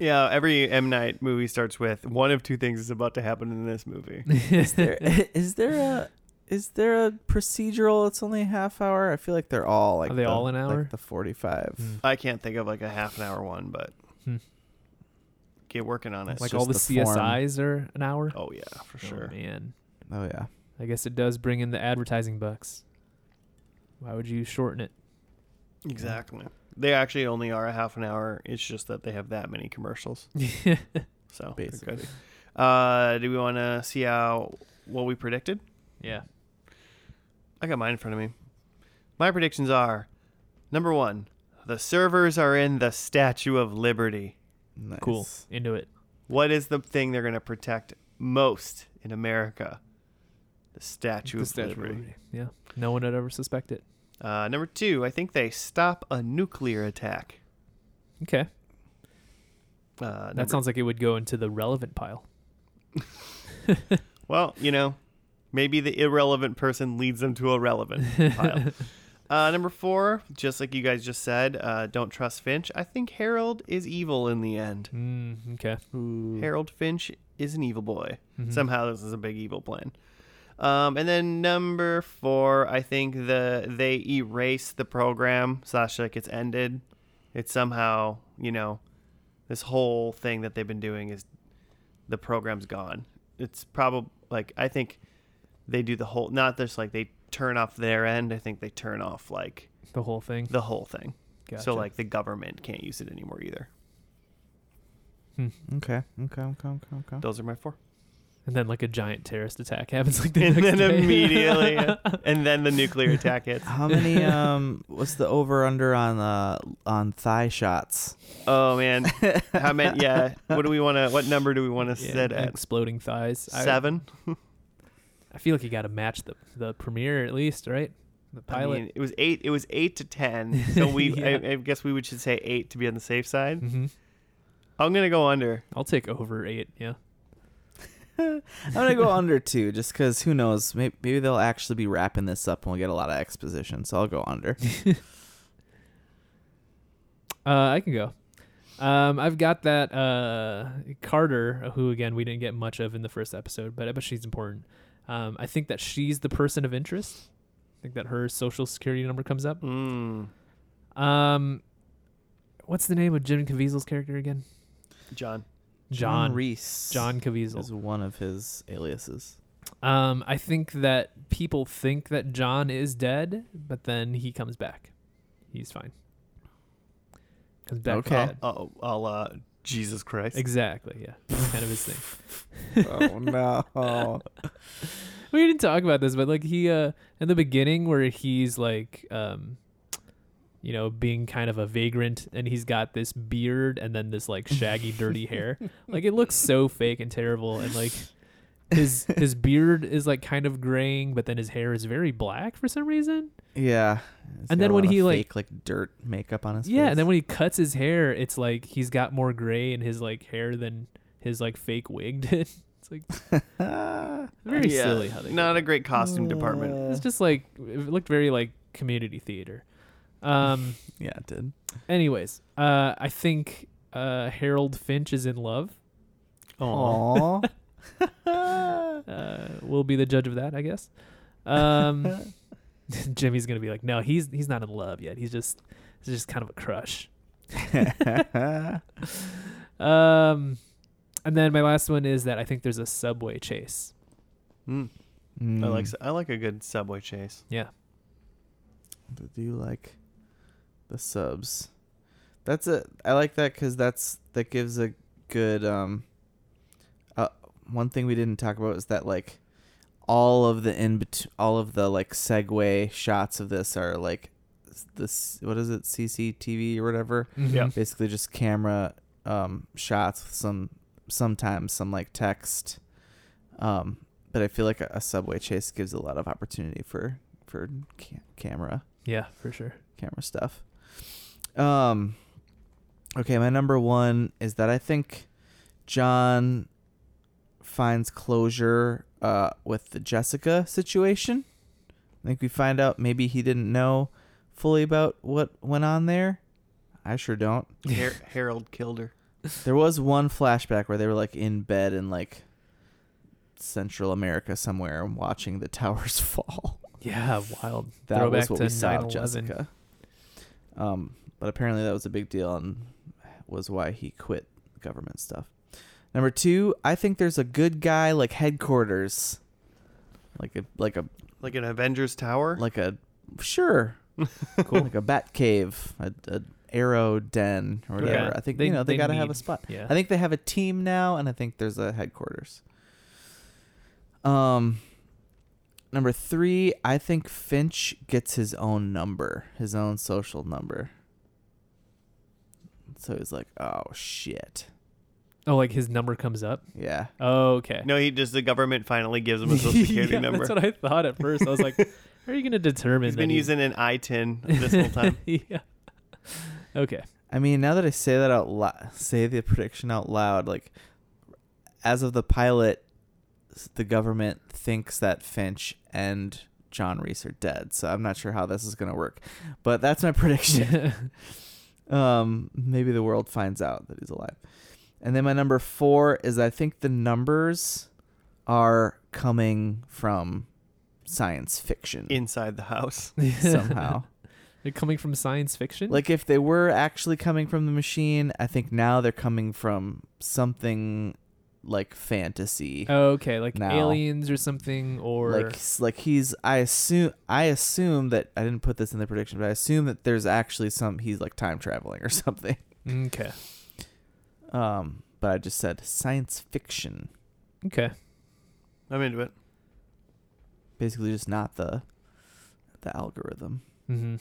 yeah every m night movie starts with one of two things is about to happen in this movie Is there is there a is there a procedural that's only a half hour? I feel like they're all like Are they the- all an hour? Like the forty five. Mm. I can't think of like a half an hour one, but Hmm. get working on it. It's like just all the, the form. CSIs are an hour. oh yeah, for sure. Oh, man. Oh yeah. I guess it does bring in the advertising bucks. Why would you shorten it? Exactly. They actually only are a half an hour. It's just that they have that many commercials. Oh, So they're good. Basically. Uh, do we want to see how what we predicted? yeah. I got mine in front of me. My predictions are: number one, the servers are in the Statue of Liberty. Cool. Nice. Into it. What is the thing they're going to protect most in America? The Statue The of Statue of Liberty. Liberty. Yeah. No one would ever suspect it. Uh, number two, I think they stop a nuclear attack. Okay. Uh, That number- sounds like it would go into the relevant pile. well, you know, maybe the irrelevant person leads them to a relevant pile. Uh, number four, just like you guys just said, uh, don't trust Finch. I think Harold is evil in the end. Mm, okay. Mm-hmm. Harold Finch is an evil boy. Somehow this is a big evil plan. Um, and then number four, I think the they erase the program slash like it's ended. It's somehow you know this whole thing that they've been doing is the program's gone. It's probably like I think they do the whole not just like they turn off their end. I think they turn off like The whole thing. the whole thing. Gotcha. So like the government can't use it anymore either. Okay. Okay. Okay. Okay. Okay. Those are my four. and then like a giant terrorist attack happens like the and then next day. immediately, and then the nuclear attack hits. How many um what's the over under on uh on thigh shots? Oh man, how many? Yeah, what do we want to? What number do we want to Yeah, set at? exploding thighs. I- Seven. I feel like you got to match the the premiere at least, right? The I pilot. mean, it was eight. It was eight to ten. So we, Yeah. I, I guess we would should say eight to be on the safe side. Mhm. I'm gonna go under. I'll take over eight. Yeah. I'm gonna go under two, just because who knows? Maybe, maybe they'll actually be wrapping this up and we'll get a lot of exposition. So I'll go under. Uh, I can go. Um, I've got that uh, Carter, who again we didn't get much of in the first episode, but I bet she's important. Um, I think that she's the person of interest. I think that her social security number comes up. Mm, Um, what's the name of Jim Caviezel's character again? John. John. Reese. John Caviezel. is one of his aliases. Um, I think that people think that John is dead, but then he comes back. He's fine. Comes back. from Okay. dead. Oh, I'll. Uh, Jesus Christ. Exactly. Yeah. That's kind of his thing. oh no. we didn't talk about this, but like he uh in the beginning where he's like um you know, being kind of a vagrant and he's got this beard and then this like shaggy dirty hair. Like it looks so fake and terrible and like his his beard is like kind of graying, but then his hair is very black for some reason. Yeah. And He's got then a when lot of he, like- fake, like dirt makeup on his Yeah, face. and then when he cuts his hair, it's like he's got more gray in his like hair than his like fake wig did. It's like Ah. very Yeah, silly how they did Not a great costume department. It's just like it looked very like community theater. Um. yeah, it did. anyways, uh, I think uh, Harold Finch is in love. Aw. Uh, we'll be the judge of that, I guess. Um, Jimmy's gonna be like, no, he's he's not in love yet. He's just he's just kind of a crush. Um, and then my last one is that I think there's a subway chase. Mm, I like. I like a good subway chase. Yeah. But do you like the subs? That's a I like that because that's that gives a good um. Uh, one thing we didn't talk about is that like all of the in bet- all of the like segue shots of this are like s- this what is it CCTV or whatever Yeah. basically just camera um shots with some sometimes some like text um but I feel like a, a subway chase gives a lot of opportunity for for ca- camera Yeah, for sure. camera stuff. Um okay, my number 1 is that I think John finds closure uh with the Jessica situation. I think we find out maybe he didn't know fully about what went on there. I sure don't. Har- Harold killed her. There was one flashback where they were like in bed in like Central America somewhere and watching the towers fall Yeah, wild. that Throwback was what to we saw of 9/11. Jessica. Um, but apparently that was a big deal and was why he quit government stuff. Number two, I think there's a good guy like headquarters, like a like a Like an Avengers tower. like a sure, cool, like a bat cave, a, a arrow den or Okay. whatever. I think They- you know they, they gotta have a need- spot. Yeah. I think they have a team now, and I think there's a headquarters. Um, number three, I think Finch gets his own number, his own social number. so he's like, "Oh shit." Oh, like his number comes up. Yeah. Oh, okay. No, he just the government finally gives him a social security yeah, number. That's what I thought at first. I was like, "How are you going to determine?" He's been that he- using an I-10 this whole time. yeah. Okay. I mean, now that I say that out loud, say the prediction out loud, like as of the pilot, s- the government thinks that Finch and John Reese are dead. So I'm not sure how this is going to work. But that's my prediction. um maybe the world finds out that he's alive. And then my number 4 is I think the numbers are coming from science fiction Inside the house. somehow. They're coming from science fiction. Like if they were actually coming from the machine, I think now they're coming from something like fantasy. oh, okay, like now. aliens or something, or Like s- like he's I assume I assume that I didn't put this in the prediction, but I assume that there's actually some he's like time traveling or something. okay, Um but I just said science fiction. okay, I'm into it. Basically just not the the algorithm. hmm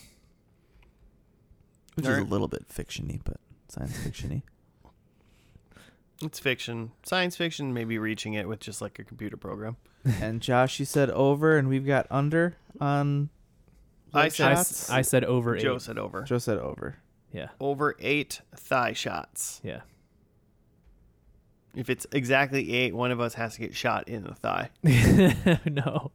Which is Alright. a little bit fictiony, but science fictiony. It's fiction. Science fiction maybe reaching it with just like a computer program. and Josh, you said over and we've got under on I leg said- I, shots? s- I said over eight. Joe said over. Joe said over. Yeah, Over eight thigh shots. yeah. If it's exactly eight, one of us has to get shot in the thigh. no,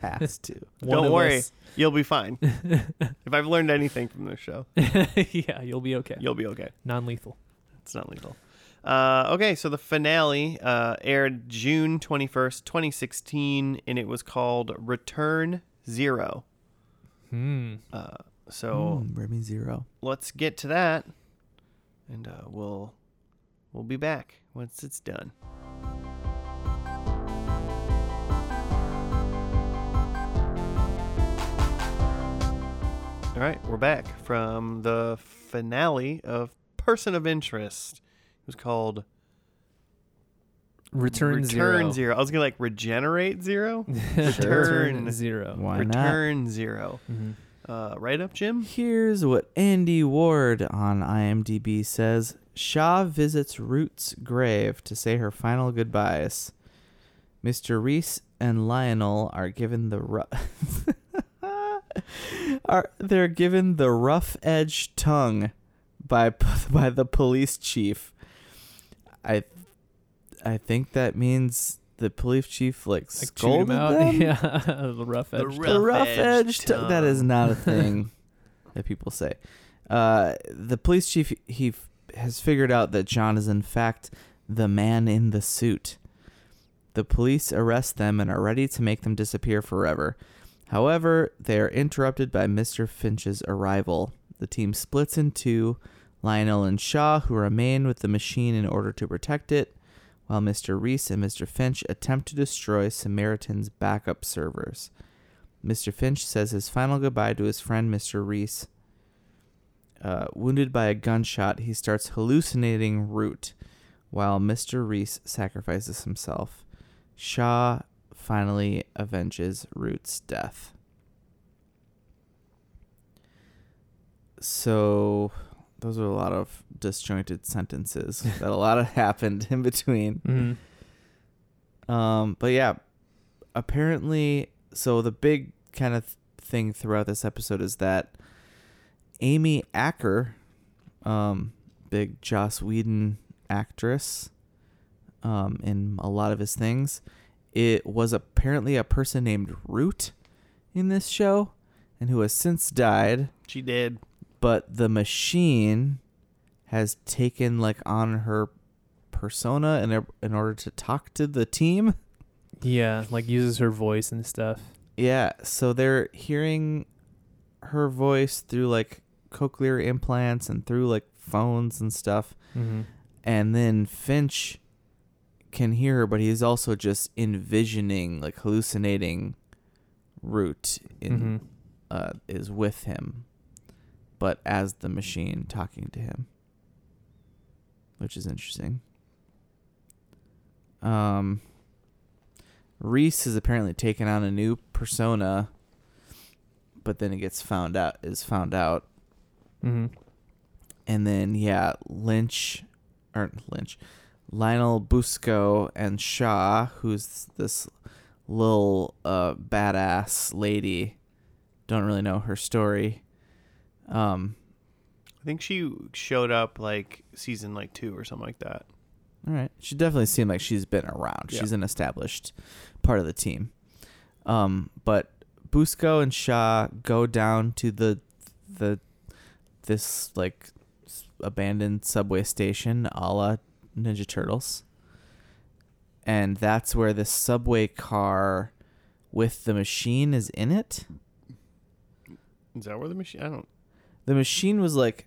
Has to. one Don't of worry. us- You'll be fine. if I've learned anything from this show, yeah, you'll be okay. you'll be okay. Non-lethal. It's not legal. Uh, okay, so the finale uh, aired June 21st, 2016, and it was called Return Zero. Hmm. Uh, so Mm, Remy Zero. let's get to that, and uh, we'll we'll be back once it's done. All right, we're back from the finale of Person of Interest. It was called Return, Return zero. I was gonna like regenerate zero. Return. Return zero. Why Return zero. Mhm. Uh, right up, Jim. Here's what Andy Ward on IMDb says Shaw visits Root's grave to say her final goodbyes. Mr. Reese and Lionel are given the rough. are they're given the rough edge tongue by p- by the police chief. I I think that means the police chief like, Like scolded chewed him out. them? Yeah, the rough edge. rough- the rough edge edge tongue. That is tongue. not a thing that people say. Uh, the police chief he f- has figured out that John is in fact the man in the suit. The police arrest them and are ready to make them disappear forever. However, they are interrupted by Mr. Finch's arrival. The team splits in two, Lionel and Shaw, who remain with the machine in order to protect it, while Mr. Reese and Mr. Finch attempt to destroy Samaritan's backup servers. Mr. Finch says his final goodbye to his friend, Mr. Reese. Uh, wounded by a gunshot, he starts hallucinating Root while Mr. Reese sacrifices himself. Shaw finally avenges Root's death. So, those are a lot of disjointed sentences that a lot of happened in between. Mhm. Um, but yeah, apparently, so the big kind of thing throughout this episode is that Amy Acker, um, big Joss Whedon actress, um, in a lot of his things, it was apparently a person named Root in this show, and who has since died She did. but the machine has taken like on her persona in, in order to talk to the team Yeah, like uses her voice and stuff. yeah so they're hearing her voice through like cochlear implants and through like phones and stuff Mm-hmm. and then finch can hear her but he's also just envisioning like hallucinating root in Mm-hmm. uh, is with him, but as the machine talking to him, which is interesting. Um, Reese has apparently taken on a new persona, Mm-hmm. but then it gets found out is found out, hmm and then yeah, Lynch or Lynch, Lionel Busco and Shaw, who's this little uh, badass lady. Don't really know her story. Um, I think she showed up like season like two or something like that. all right, she definitely seemed like she's been around. Yeah. She's an established part of the team. Um, but Busco and Shaw go down to the the this like s- abandoned subway station, a la Ninja Turtles. And that's where the subway car with the machine is in it. Is that where the machine? I don't. The machine was like,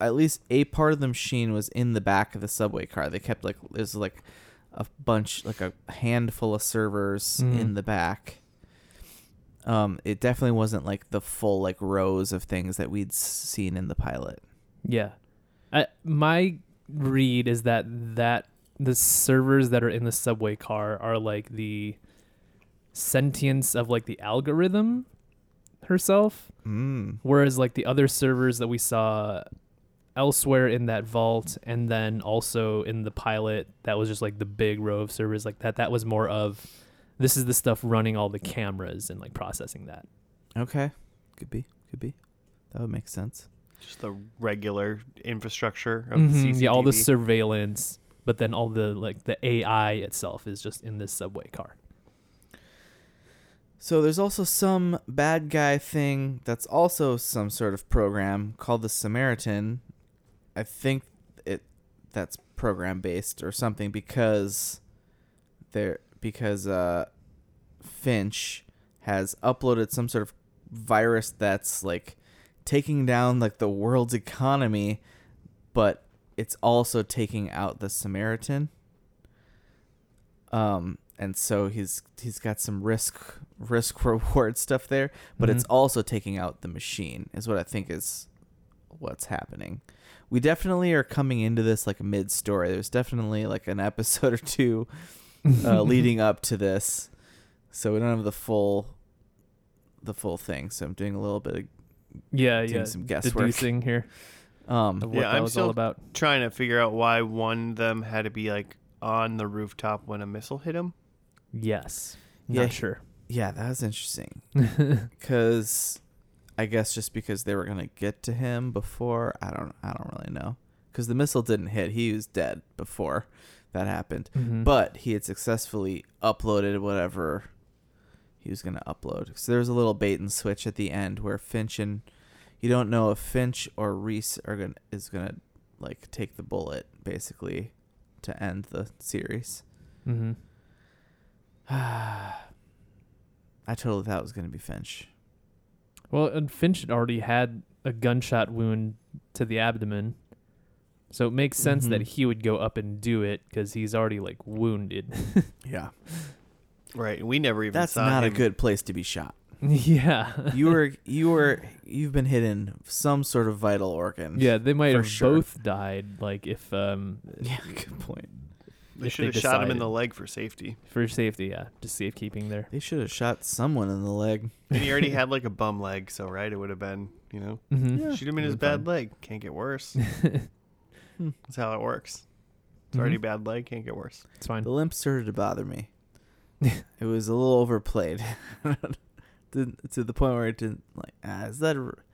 at least a part of the machine was in the back of the subway car. They kept like there's like a bunch, like a handful of servers Mm. in the back. Um, it definitely wasn't like the full like rows of things that we'd s- seen in the pilot. Yeah. I, my read is that that the servers that are in the subway car are like the sentience of like the algorithm herself Mm. whereas like the other servers that we saw elsewhere in that vault and then also in the pilot that was just like the big row of servers like that that was more of this is the stuff running all the cameras and like processing that Okay, could be, could be. That would make sense. Just the regular infrastructure of Mm-hmm. the Mhm, CCTV. yeah all the surveillance but then all the like the ai itself is just in this subway car So there's also some bad guy thing that's also some sort of program called the Samaritan. I think it that's program based or something because there because uh Finch has uploaded some sort of virus that's like taking down like the world's economy, but it's also taking out the Samaritan. Um, and so he's he's got some risk risk reward stuff there, but it's Mhm. Mm-hmm. also taking out the machine is what I think is what's happening. We definitely are coming into this like mid story. There's definitely like an episode or two uh, leading up to this, so we don't have the full the full thing. So I'm doing a little bit of yeah doing yeah some guesswork. deducing here of Um, what Yeah, that I'm was still- all about trying to figure out why one of them had to be like on the rooftop when a missile hit him. yes Yeah. not sure Mm-hmm. yeah, that was interesting because I guess just because they were gonna get to him before, I don't, I don't really know because the missile didn't hit. He was dead before that happened, Mm-hmm. Mhm. but he had successfully uploaded whatever he was gonna upload. So there was a little bait and switch at the end where Finch and you don't know if Finch or Reese are gonna is gonna like take the bullet basically to end the series. Mhm. I totally thought it was going to be Finch. Well, and Finch had already had a gunshot wound to the abdomen, so it makes sense that Mhm. Mm-hmm. he would go up and do it because he's already like wounded. Yeah. Right. and We never even That's saw not a him. good place to be shot. yeah, You were you were you've been hitting some sort of vital organ. yeah. They might For have sure. both died. Like if um Yeah, good point. They if should have they shot him in decided. the leg for safety. for safety, yeah, just safekeeping there. They should have shot someone in the leg. And he already had like a bum leg, so right, it would have been, you know, Mhm. Yeah. shoot him in his Would've bad been leg. Can't get worse. Hmm. That's how it works. It's already Mm-hmm. Mhm. bad leg. Can't get worse. It's fine. The limp started to bother me. it was a little overplayed. Didn't- to the point where it didn't like ah, is that a, r-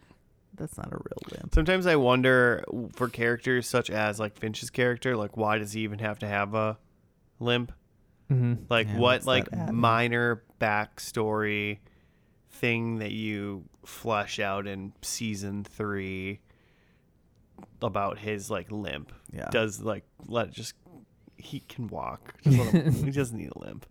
that's not a real limp. Sometimes I wonder w- for characters such as like Finch's character, like why does he even have to have a limp? Mhm. Like Yeah, what what's like that add? minor backstory thing that you flesh out in season three about his like limp Yeah. does like let just he can walk. Just let him, he doesn't need a limp.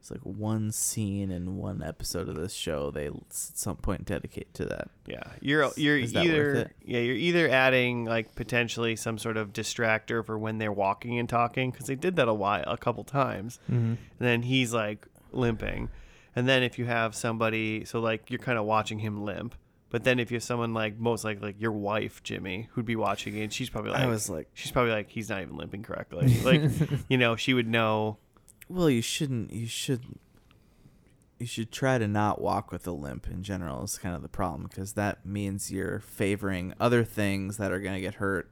It's like one scene in one episode of this show they l- s- at some point dedicate to that. Yeah, you're Is- you're is that worth either it? yeah you're either adding like potentially some sort of distractor for when they're walking and talking because they did that a while a couple times Mhm. and then he's like limping and then if you have somebody so like you're kind of watching him limp but then if you have someone like most like like your wife Jimmy who'd be watching it and she's probably like I was like she's probably like he's not even limping correctly like you know she would know Well, you shouldn't. You should. You should try to not walk with a limp in general. Is kind of the problem because that means you're favoring other things that are gonna get hurt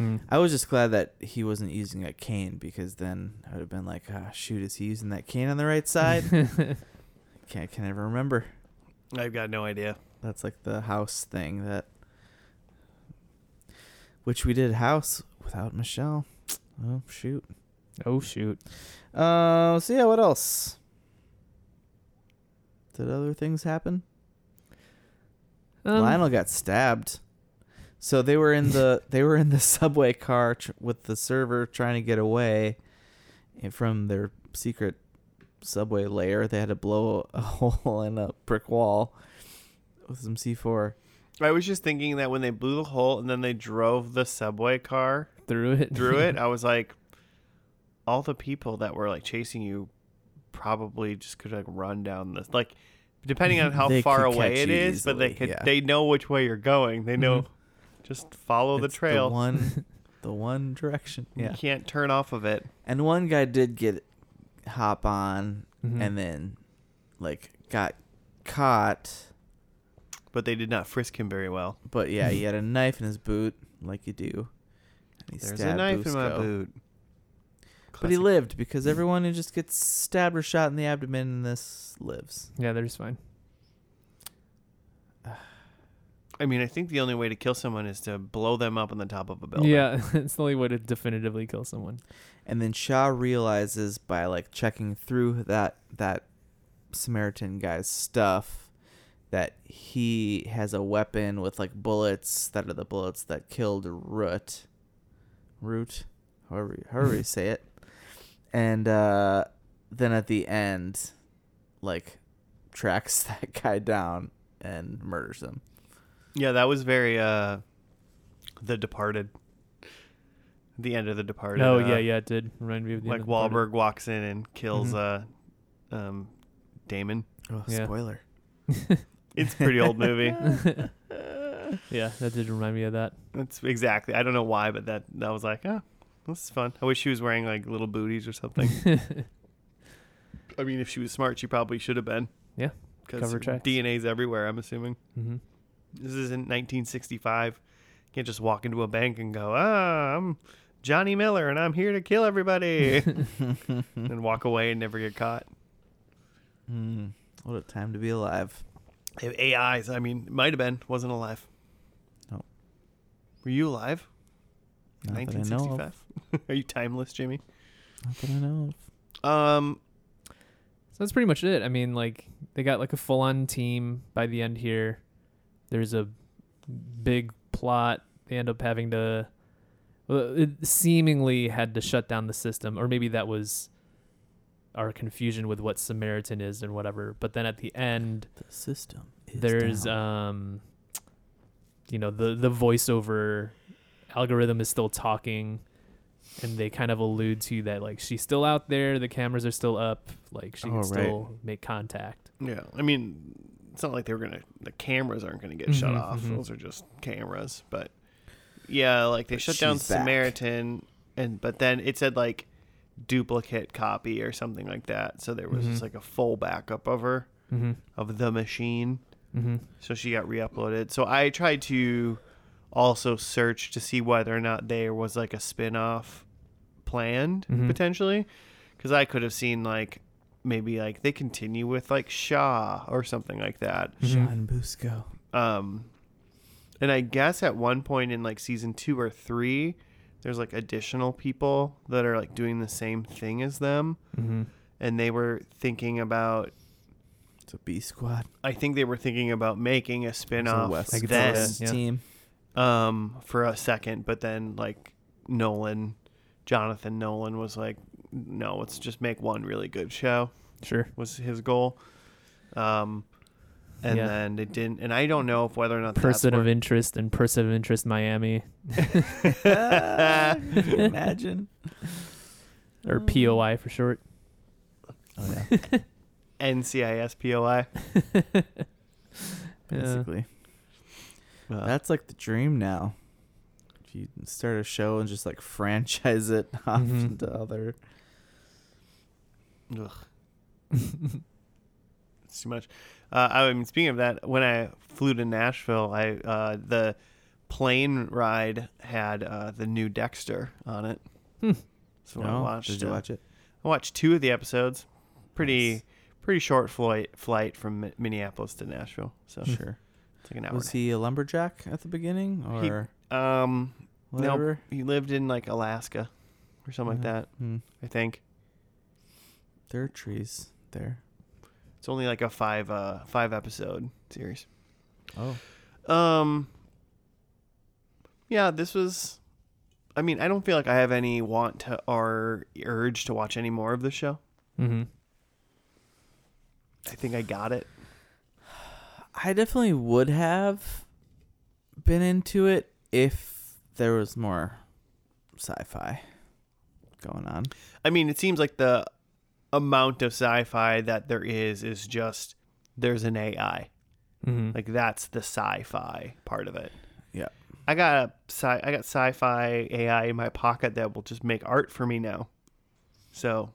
Mm-hmm. I was just glad that he wasn't using a cane because then I would have been like, ah, shoot, is he using that cane on the right side? Can't can never remember. I've got no idea. That's like the house thing that, which we did house without Michelle. Oh shoot. oh shoot. Uh, so yeah, what else? Did other things happen? Um, Lionel got stabbed. So they were in the they were in the subway car tr- with the server trying to get away and from their secret subway lair. They had to blow a hole in a brick wall with some C4 I was just thinking that when they blew the hole and then they drove the subway car through it. through it, I was like, all the people that were like chasing you probably just could like run down this like depending on how They far could away it catch you is, but they easily, could yeah. Mm-hmm. they know which way you're going. They know Mhm. just follow the It's trail. The one the one direction. Yeah. You can't turn off of it. And one guy did get hop on Mhm. and then like got caught, But they did not frisk him very well. but yeah, he had a knife in his boot like you do. And he There's a stabbed knife in my Busco. boot. But he Classic. lived because everyone who just gets stabbed or shot in the abdomen in this lives. yeah, they're just fine. I mean, I think the only way to kill someone is to blow them up on the top of a building. Yeah, it's the only way to definitively kill someone. And then Shaw realizes by like checking through that that Samaritan guy's stuff that he has a weapon with like bullets that are the bullets that killed Root. Root, however however you say it. And uh then at the end, like tracks that guy down and murders him. Yeah, that was very uh The Departed. The end of The Departed. Oh uh, yeah, yeah, it did remind me of the end Like of the party. Mm-hmm. Wahlberg walks in and kills uh um Damon. Oh, Yeah. spoiler. It's a pretty old movie. yeah, that did remind me of that. That's exactly. I don't know why, but that that was like, oh, this is fun. I wish she was wearing like little booties or something. I mean, if she was smart, she probably should have been. Yeah, Because cover tracks. DNA's everywhere. I'm assuming hmm this isn't 1965. You can't just walk into a bank and go, ah, I'm Johnny Miller and I'm here to kill everybody, and walk away and never get caught. Hmm. What a time to be alive. They have AIs. I mean, might have been. Wasn't alive. No. Were you alive? Not that I know of. 1965. Are you timeless, Jimmy? Not that I know of. Um, So that's pretty much it. I mean, like they got like a full-on team by the end here. There's a big plot. They end up having to well, it seemingly had to shut down the system, or maybe that was our confusion with what Samaritan is and whatever. But then at the end, The system. Is there's down. um you know the the voiceover algorithm is still talking and they kind of allude to that like she's still out there the cameras are still up like she Oh, can right. still make contact Yeah, I mean, it's not like they were gonna. The cameras aren't gonna get Mm-hmm, shut Mhm, off. mhm. Those are just cameras. But yeah, like they But shut down she's back. Samaritan, and but then it said like duplicate copy or something like that. So there Mm-hmm. was just Mhm. like a full backup of her mm-hmm. of the machine. Mm-hmm. So she got re-uploaded. So I tried to also search to see whether or not there was like a spin-off planned Mhm. potentially cuz I could have seen like maybe like they continue with like Shaw or something like that. Mhm. Mm-hmm. Sean Busco. Um and I guess at one point in like season 2 or 3 there's like additional people that are like doing the same thing as them Mm-hmm. and they were thinking about It's a B squad. I think they were thinking about making a spin-off West Like it's a then West yeah. team. um, for a second, but then like Nolan, Jonathan Nolan was like, no, let's just make one really good show sure was his goal. Um, and Yeah. then it didn't, and I don't know if whether or not that's person of where- interest and person of interest miami Can you Ah, Imagine. or poi for short Oh yeah. NCIS POI. Basically, uh, that's like the dream now. If you start a show and just like franchise it off Mhm. into other. It's too much. Uh, I mean, speaking of that, when I flew to Nashville, I uh, the plane ride had uh, the new Dexter on it. Hmm. So I watched. Oh, Did you uh, watch it? I watched two of the episodes. Pretty Nice. pretty short flight flight from Mi- Minneapolis to Nashville. So it's Sure. like an hour. Was and he a lumberjack at the beginning He- or a half. um, whatever? no, he lived in like Alaska or something like Yeah. that. Hmm. I think There are trees there. it's only like a five uh five episode series. Oh. Um. Yeah, this was. I mean, I don't feel like I have any want to or urge to watch any more of the show. Mm-hmm. I think I got it. I definitely would have been into it if there was more sci-fi going on. I mean, it seems like the amount of sci-fi that there is is just there's an AI. Mm-hmm. Like that's the sci-fi part of it. Yeah. I got a sci I got sci-fi AI in my pocket that will just make art for me now. So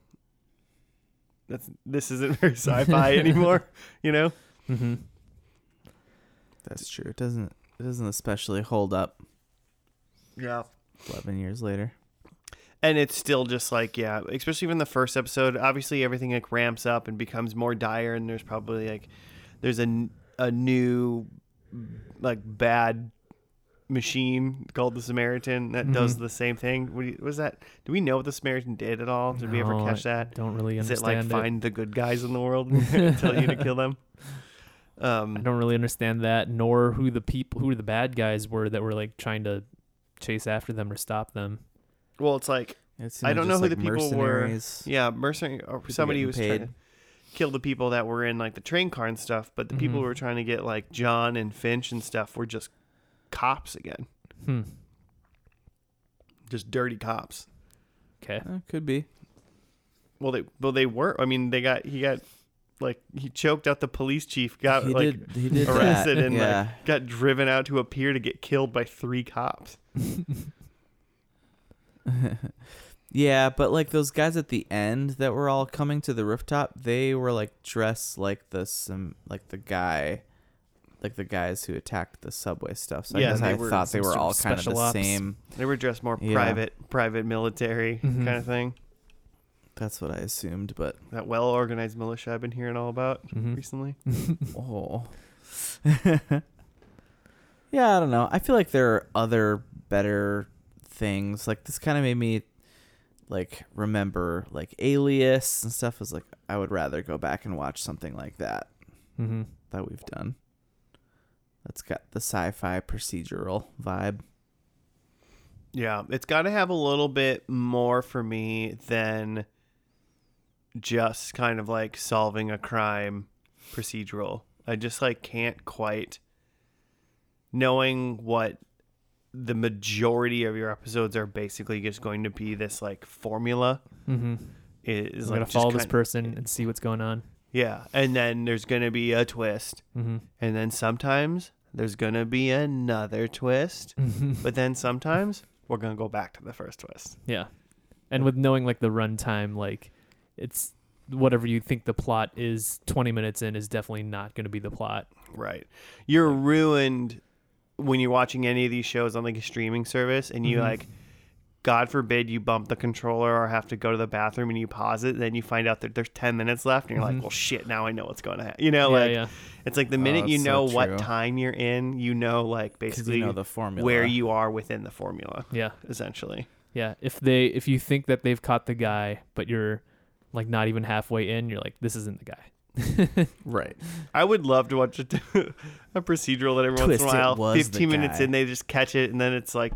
that's this isn't very sci-fi anymore, you know? mm-hmm. That's true. It doesn't it doesn't especially hold up Yeah. 11 years later. And it's still just like, yeah, especially even the first episode, obviously everything like ramps up and becomes more dire and there's probably like there's a n- a new like bad machine called the Samaritan that does Mhm. the same thing. What do you- was that? Do we know what the Samaritan did at all? Did we ever No, catch that? Don't really Is it like understand find the good guys in the world and tell you to kill them? I Um, don't really understand that, nor who the people, who the bad guys were that were like trying to chase after them or stop them. well, it's like It's I don't know who the people were. mercenaries. Yeah, mercenary or somebody getting was trying to paid. kill the people that were in like the train car and stuff, but the people Mhm. who were trying to get like John and Finch and stuff were just cops again. Hmm. Just dirty cops. Okay. Uh, could be. Well they well they were I mean they got he got like he choked out the police chief, got he like did he did arrested that. and yeah. like got driven out to a pier to get killed by three cops. yeah, but like those guys at the end that were all coming to the rooftop, they were like dressed like the some like the guy, like the guys who attacked the subway stuff. So Yeah, I guess they I were thought they some were sort of all kind of special the ops. same. They were dressed more Yeah. private private military Mhm. kind of thing. That's what I assumed, but That well organized militia I've been hearing all about Mhm. recently. oh. yeah, I don't know. I feel like there are other better things. Like this kind of made me like remember like Alias and stuff was like I would rather go back and watch something like that. Mm-hmm. that we've done. That's got the sci-fi procedural vibe. Yeah, it's got to have a little bit more for me than just kind of like solving a crime procedural. I just like can't quite knowing what the majority of your episodes are basically just going to be this like formula Mm-hmm. is like I'm gonna just follow this kind- person and see what's going on. Yeah, and then there's going to be a twist Mm-hmm. and then sometimes there's going to be another twist, but then sometimes we're going to go back to the first twist. yeah, and with knowing like the runtime, like it's whatever you think the plot is. Twenty minutes in is definitely not gonna be the plot. Right. You're ruined when you're watching any of these shows on like a streaming service and you Mm-hmm. Mhm. like God forbid you bump the controller or have to go to the bathroom and you pause it, then you find out that there's ten minutes left and you're Mm-hmm. like, Mhm. Well shit, now I know what's gonna happen. You know, yeah, like yeah. it's like the Oh, minute you that's so know what true. time you're in, you know like Because basically you know the formula. where you are within the formula, Yeah. essentially. Yeah, if they if you think that they've caught the guy, but you're like not even halfway in, you're like, this isn't the guy. right? I would love to watch a, a procedural that every once Twist, in it a while, was the 15 minutes guy. in, they just catch it, and then it's like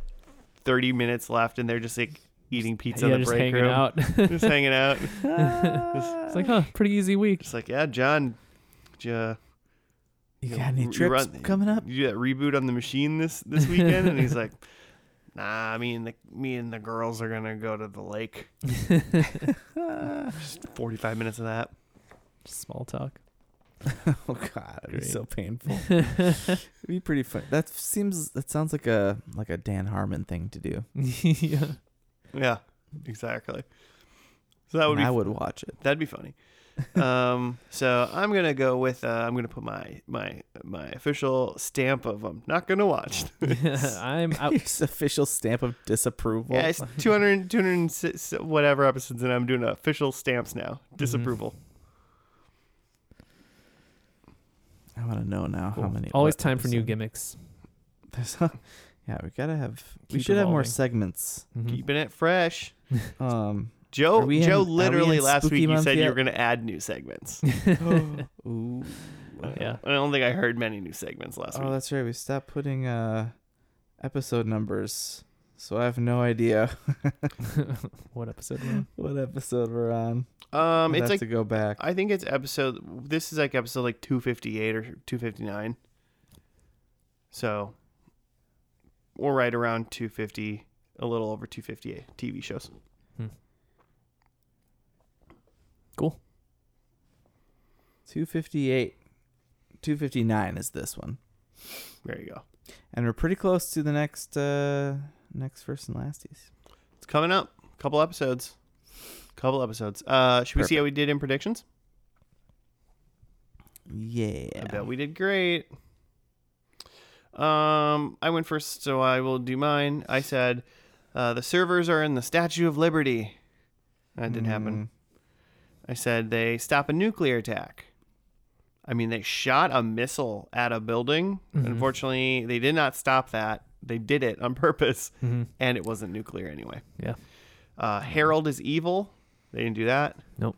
30 minutes left, and they're just like eating pizza yeah, in the just break hanging room. out. just hanging out. it's like, huh, pretty easy week. Just like, yeah, John, did you, uh, you got any you trips run- coming up? you do that reboot on the machine this this weekend? and he's like, Nah, me and the me and the girls are gonna go to the lake. Just Forty five minutes of that. Just small talk. Oh God, it'd be Great. so painful. it'd be pretty fun. That seems. That sounds like a like a Dan Harmon thing to do. yeah. Yeah, exactly. So that would And be I would watch it. that'd be funny. um, so I'm gonna go with uh, I'm gonna put my my my official stamp of I'm not gonna watch. I'm out. His official stamp of disapproval. yeah, it's 200 206 whatever episodes, and I'm doing official stamps now. Mm-hmm. Disapproval. I want to know now how Cool. many. Always what time for new episode- gimmicks. There's a- yeah, we gotta have. we Keep should have more evolving. segments. Mhm. Keeping it fresh. Um. Joe Mm-hmm. Are we Joe in- are we literally in last spooky week you month said you yet? were gonna add new segments. Ooh. Yeah. I don't think I heard many new segments last Oh, week. that's right. We stopped putting uh episode numbers, so I have no idea what episode? Were what episode we're on. Um, I'd it's have like to go back. I think it's episode. This is like episode like two fifty eight or two fifty nine. So, or right around two fifty, a little over two fifty eight TV shows. Two fifty eight, two fifty nine is this one, There you go. and we're pretty close to the next uh next first and lasties. It's coming up. Couple episodes. Couple episodes. Uh, should we see how we did in predictions? Yeah. I bet we did great. Um, I went first, so I will do mine. I said, uh, the servers are in the Statue of Liberty. That didn't happen. Mm. I said they stop a nuclear attack. I mean, they shot a missile at a building. Mm-hmm. Unfortunately, they did not stop that. They did it on purpose, Mhm. and it wasn't nuclear anyway. Yeah. Uh, Harold is evil. They didn't do that. Nope.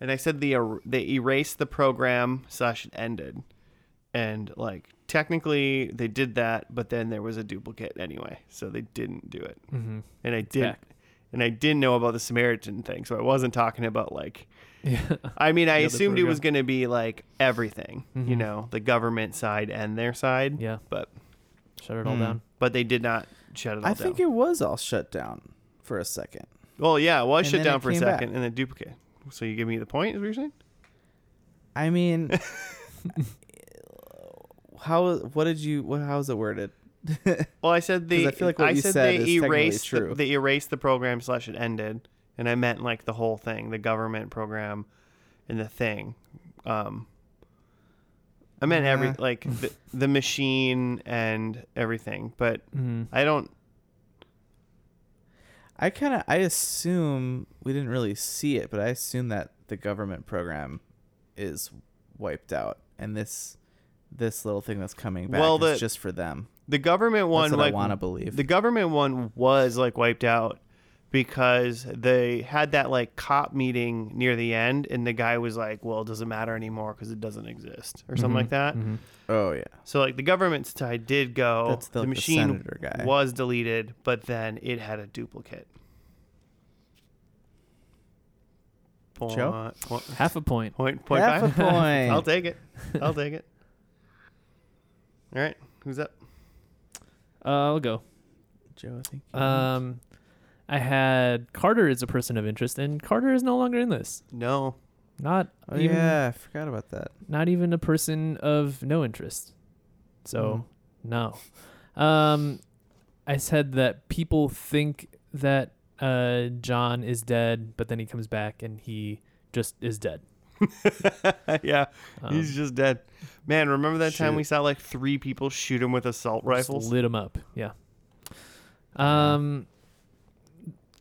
And I said the er- they erased the program slash it ended, and like technically they did that, but then there was a duplicate anyway, so they didn't do it Mm-hmm. and I did, Back. and I didn't know about the Samaritan thing, so I wasn't talking about like. Yeah. I mean, I The other assumed it program. was going to be like everything, you Mm-hmm. Mhm. know, the government side and their side, Yeah. but Shut it all Hmm. down. but they did not shut it all I down. think it was all shut down for a second. well, yeah, well, I and shut then down it for a came back. second and then duplicate. So you give me the point, is what you're saying? I mean, how? What did you? What? How's it worded? Well, I said the 'Cause I feel like what you said, said they is technically erased true. The, they erased the program slash it ended, and I meant like the whole thing, the government program, and the thing. Um, I meant every Yeah. like the, the machine and everything, but Mm. I don't. I kind of I assume we didn't really see it, but I assume that the government program is wiped out, and this this little thing that's coming back Well, is the- just for them. The government one that's what I like want to believe. the government one was like wiped out because they had that like cop meeting near the end, and the guy was like, "Well, it doesn't matter anymore because it doesn't exist" or something like that. Mm-hmm. oh yeah, So like the government's tie did go. That's the- Oh, the the machine senator guy. was deleted, but then it had a duplicate. Point, Joe? point- Half a point. point- point half five. a point. I'll take it. I'll take it. All right, who's up? Uh, I'll go. Joe, I think. you- Um, I had Carter is a person of interest, and Carter is no longer in this. No, Not oh even, yeah, I forgot about that. not even a person of no interest. So Mm-hmm. no. Um, I said that people think that uh, John is dead, but then he comes back and he just is dead. yeah, Um, he's just dead. Man, remember that time Shoot. we saw like three people shoot him with assault just rifles? lit him up. Yeah. Um.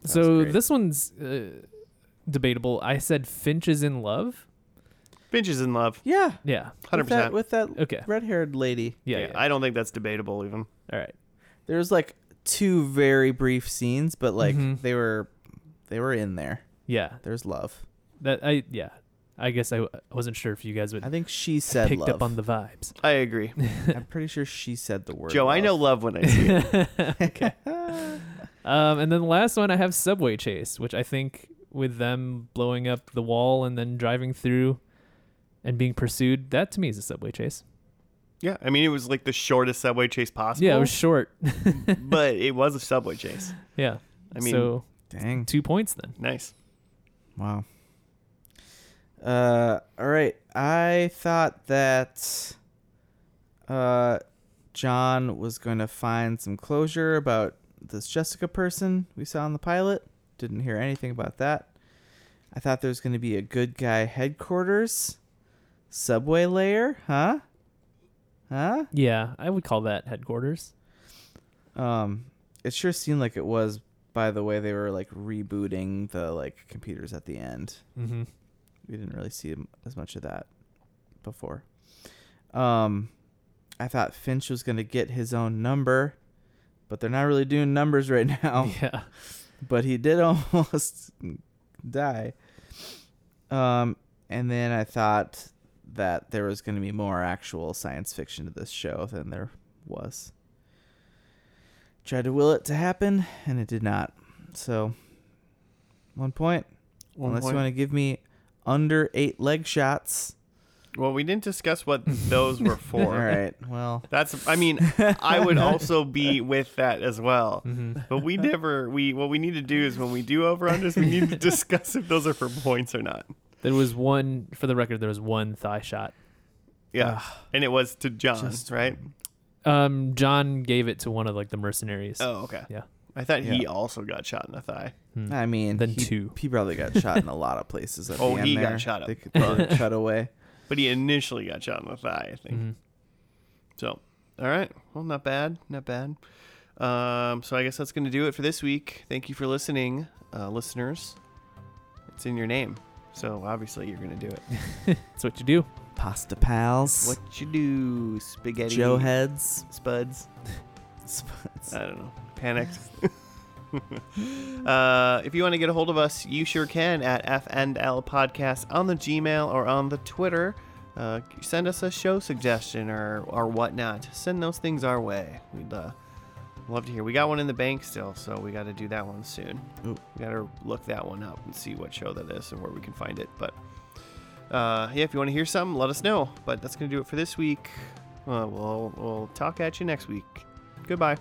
That's So great. this one's uh, debatable. I said Finch is in love. Finch is in love, Yeah, Yeah. hundred with that percent. with that Okay. red-haired lady. Yeah. yeah. I don't think that's debatable even. All right. There was like two very brief scenes, but like Mhm. they were they were in there. Yeah. There's love. That I yeah. I guess I w- I wasn't sure if you guys would I think she said picked love. up on the vibes. I agree, I'm pretty sure she said the word. Joe. I know love love. when I see it. okay. Um, and then the last one I have Subway Chase, which I think with them blowing up the wall and then driving through and being pursued, that to me is a Subway Chase. Yeah, I mean it was like the shortest subway chase possible. Yeah, it was short. but it was a subway chase. yeah. I mean, so Dang. two points then. nice. Wow. Uh, all right. I thought that uh, John was going to find some closure about this Jessica person we saw in the pilot. Didn't hear anything about that. I thought there was going to be a good guy headquarters, subway layer, huh? Huh? Yeah, I would call that headquarters. Um, it sure seemed like it was by the way they were like rebooting the like computers at the end. Mm-hmm. We didn't really see m- as much of that before. Um, I thought Finch was going to get his own number, but they're not really doing numbers right now Yeah. but he did almost die. Um, and then I thought that there was going to be more actual science fiction to this show than there was. Tried to will it to happen, and it did not. So, one point. unless you want to give me under eight leg shots. Well, we didn't discuss what those were for. All right. Well, That's. I mean, I would also be with that as well. Mm-hmm. But we never. We what we need to do is when we do over unders, we need to discuss if those are for points or not. There was one, for the record, there was one thigh shot. Yeah, and it was to John, Just right? Um, John gave it to one of like the mercenaries. Oh, okay. Yeah. I thought he Yeah. also got shot in the thigh. Hmm. I mean, Then Uh, he, two. he probably got shot in a lot of places. At Oh, the end he got there. shot a They could probably bunch. cut away. But he initially got shot in the thigh, I think. Mm-hmm. Mhm. So, all right. Well, not bad. Not bad. Um, so I guess that's going to do it for this week. Thank you for listening, uh, listeners. It's in your name. So obviously you're going to do it. That's what you do. Pasta pals. What you do, spaghetti? Joe heads. Spuds. Spuds. I don't know. Panicked. uh, if you want to get a hold of us, you sure can at FNL Podcast on the Gmail or on the Twitter. Uh, send us a show suggestion or, or whatnot. Send those things our way. We'd uh, love to hear. We got one in the bank still, so we got to do that one soon. Ooh. We got to look that one up and see what show that is and where we can find it. But uh, yeah, if you want to hear something, let us know. But that's going to do it for this week. Uh, we'll, we'll talk at you next week. Goodbye.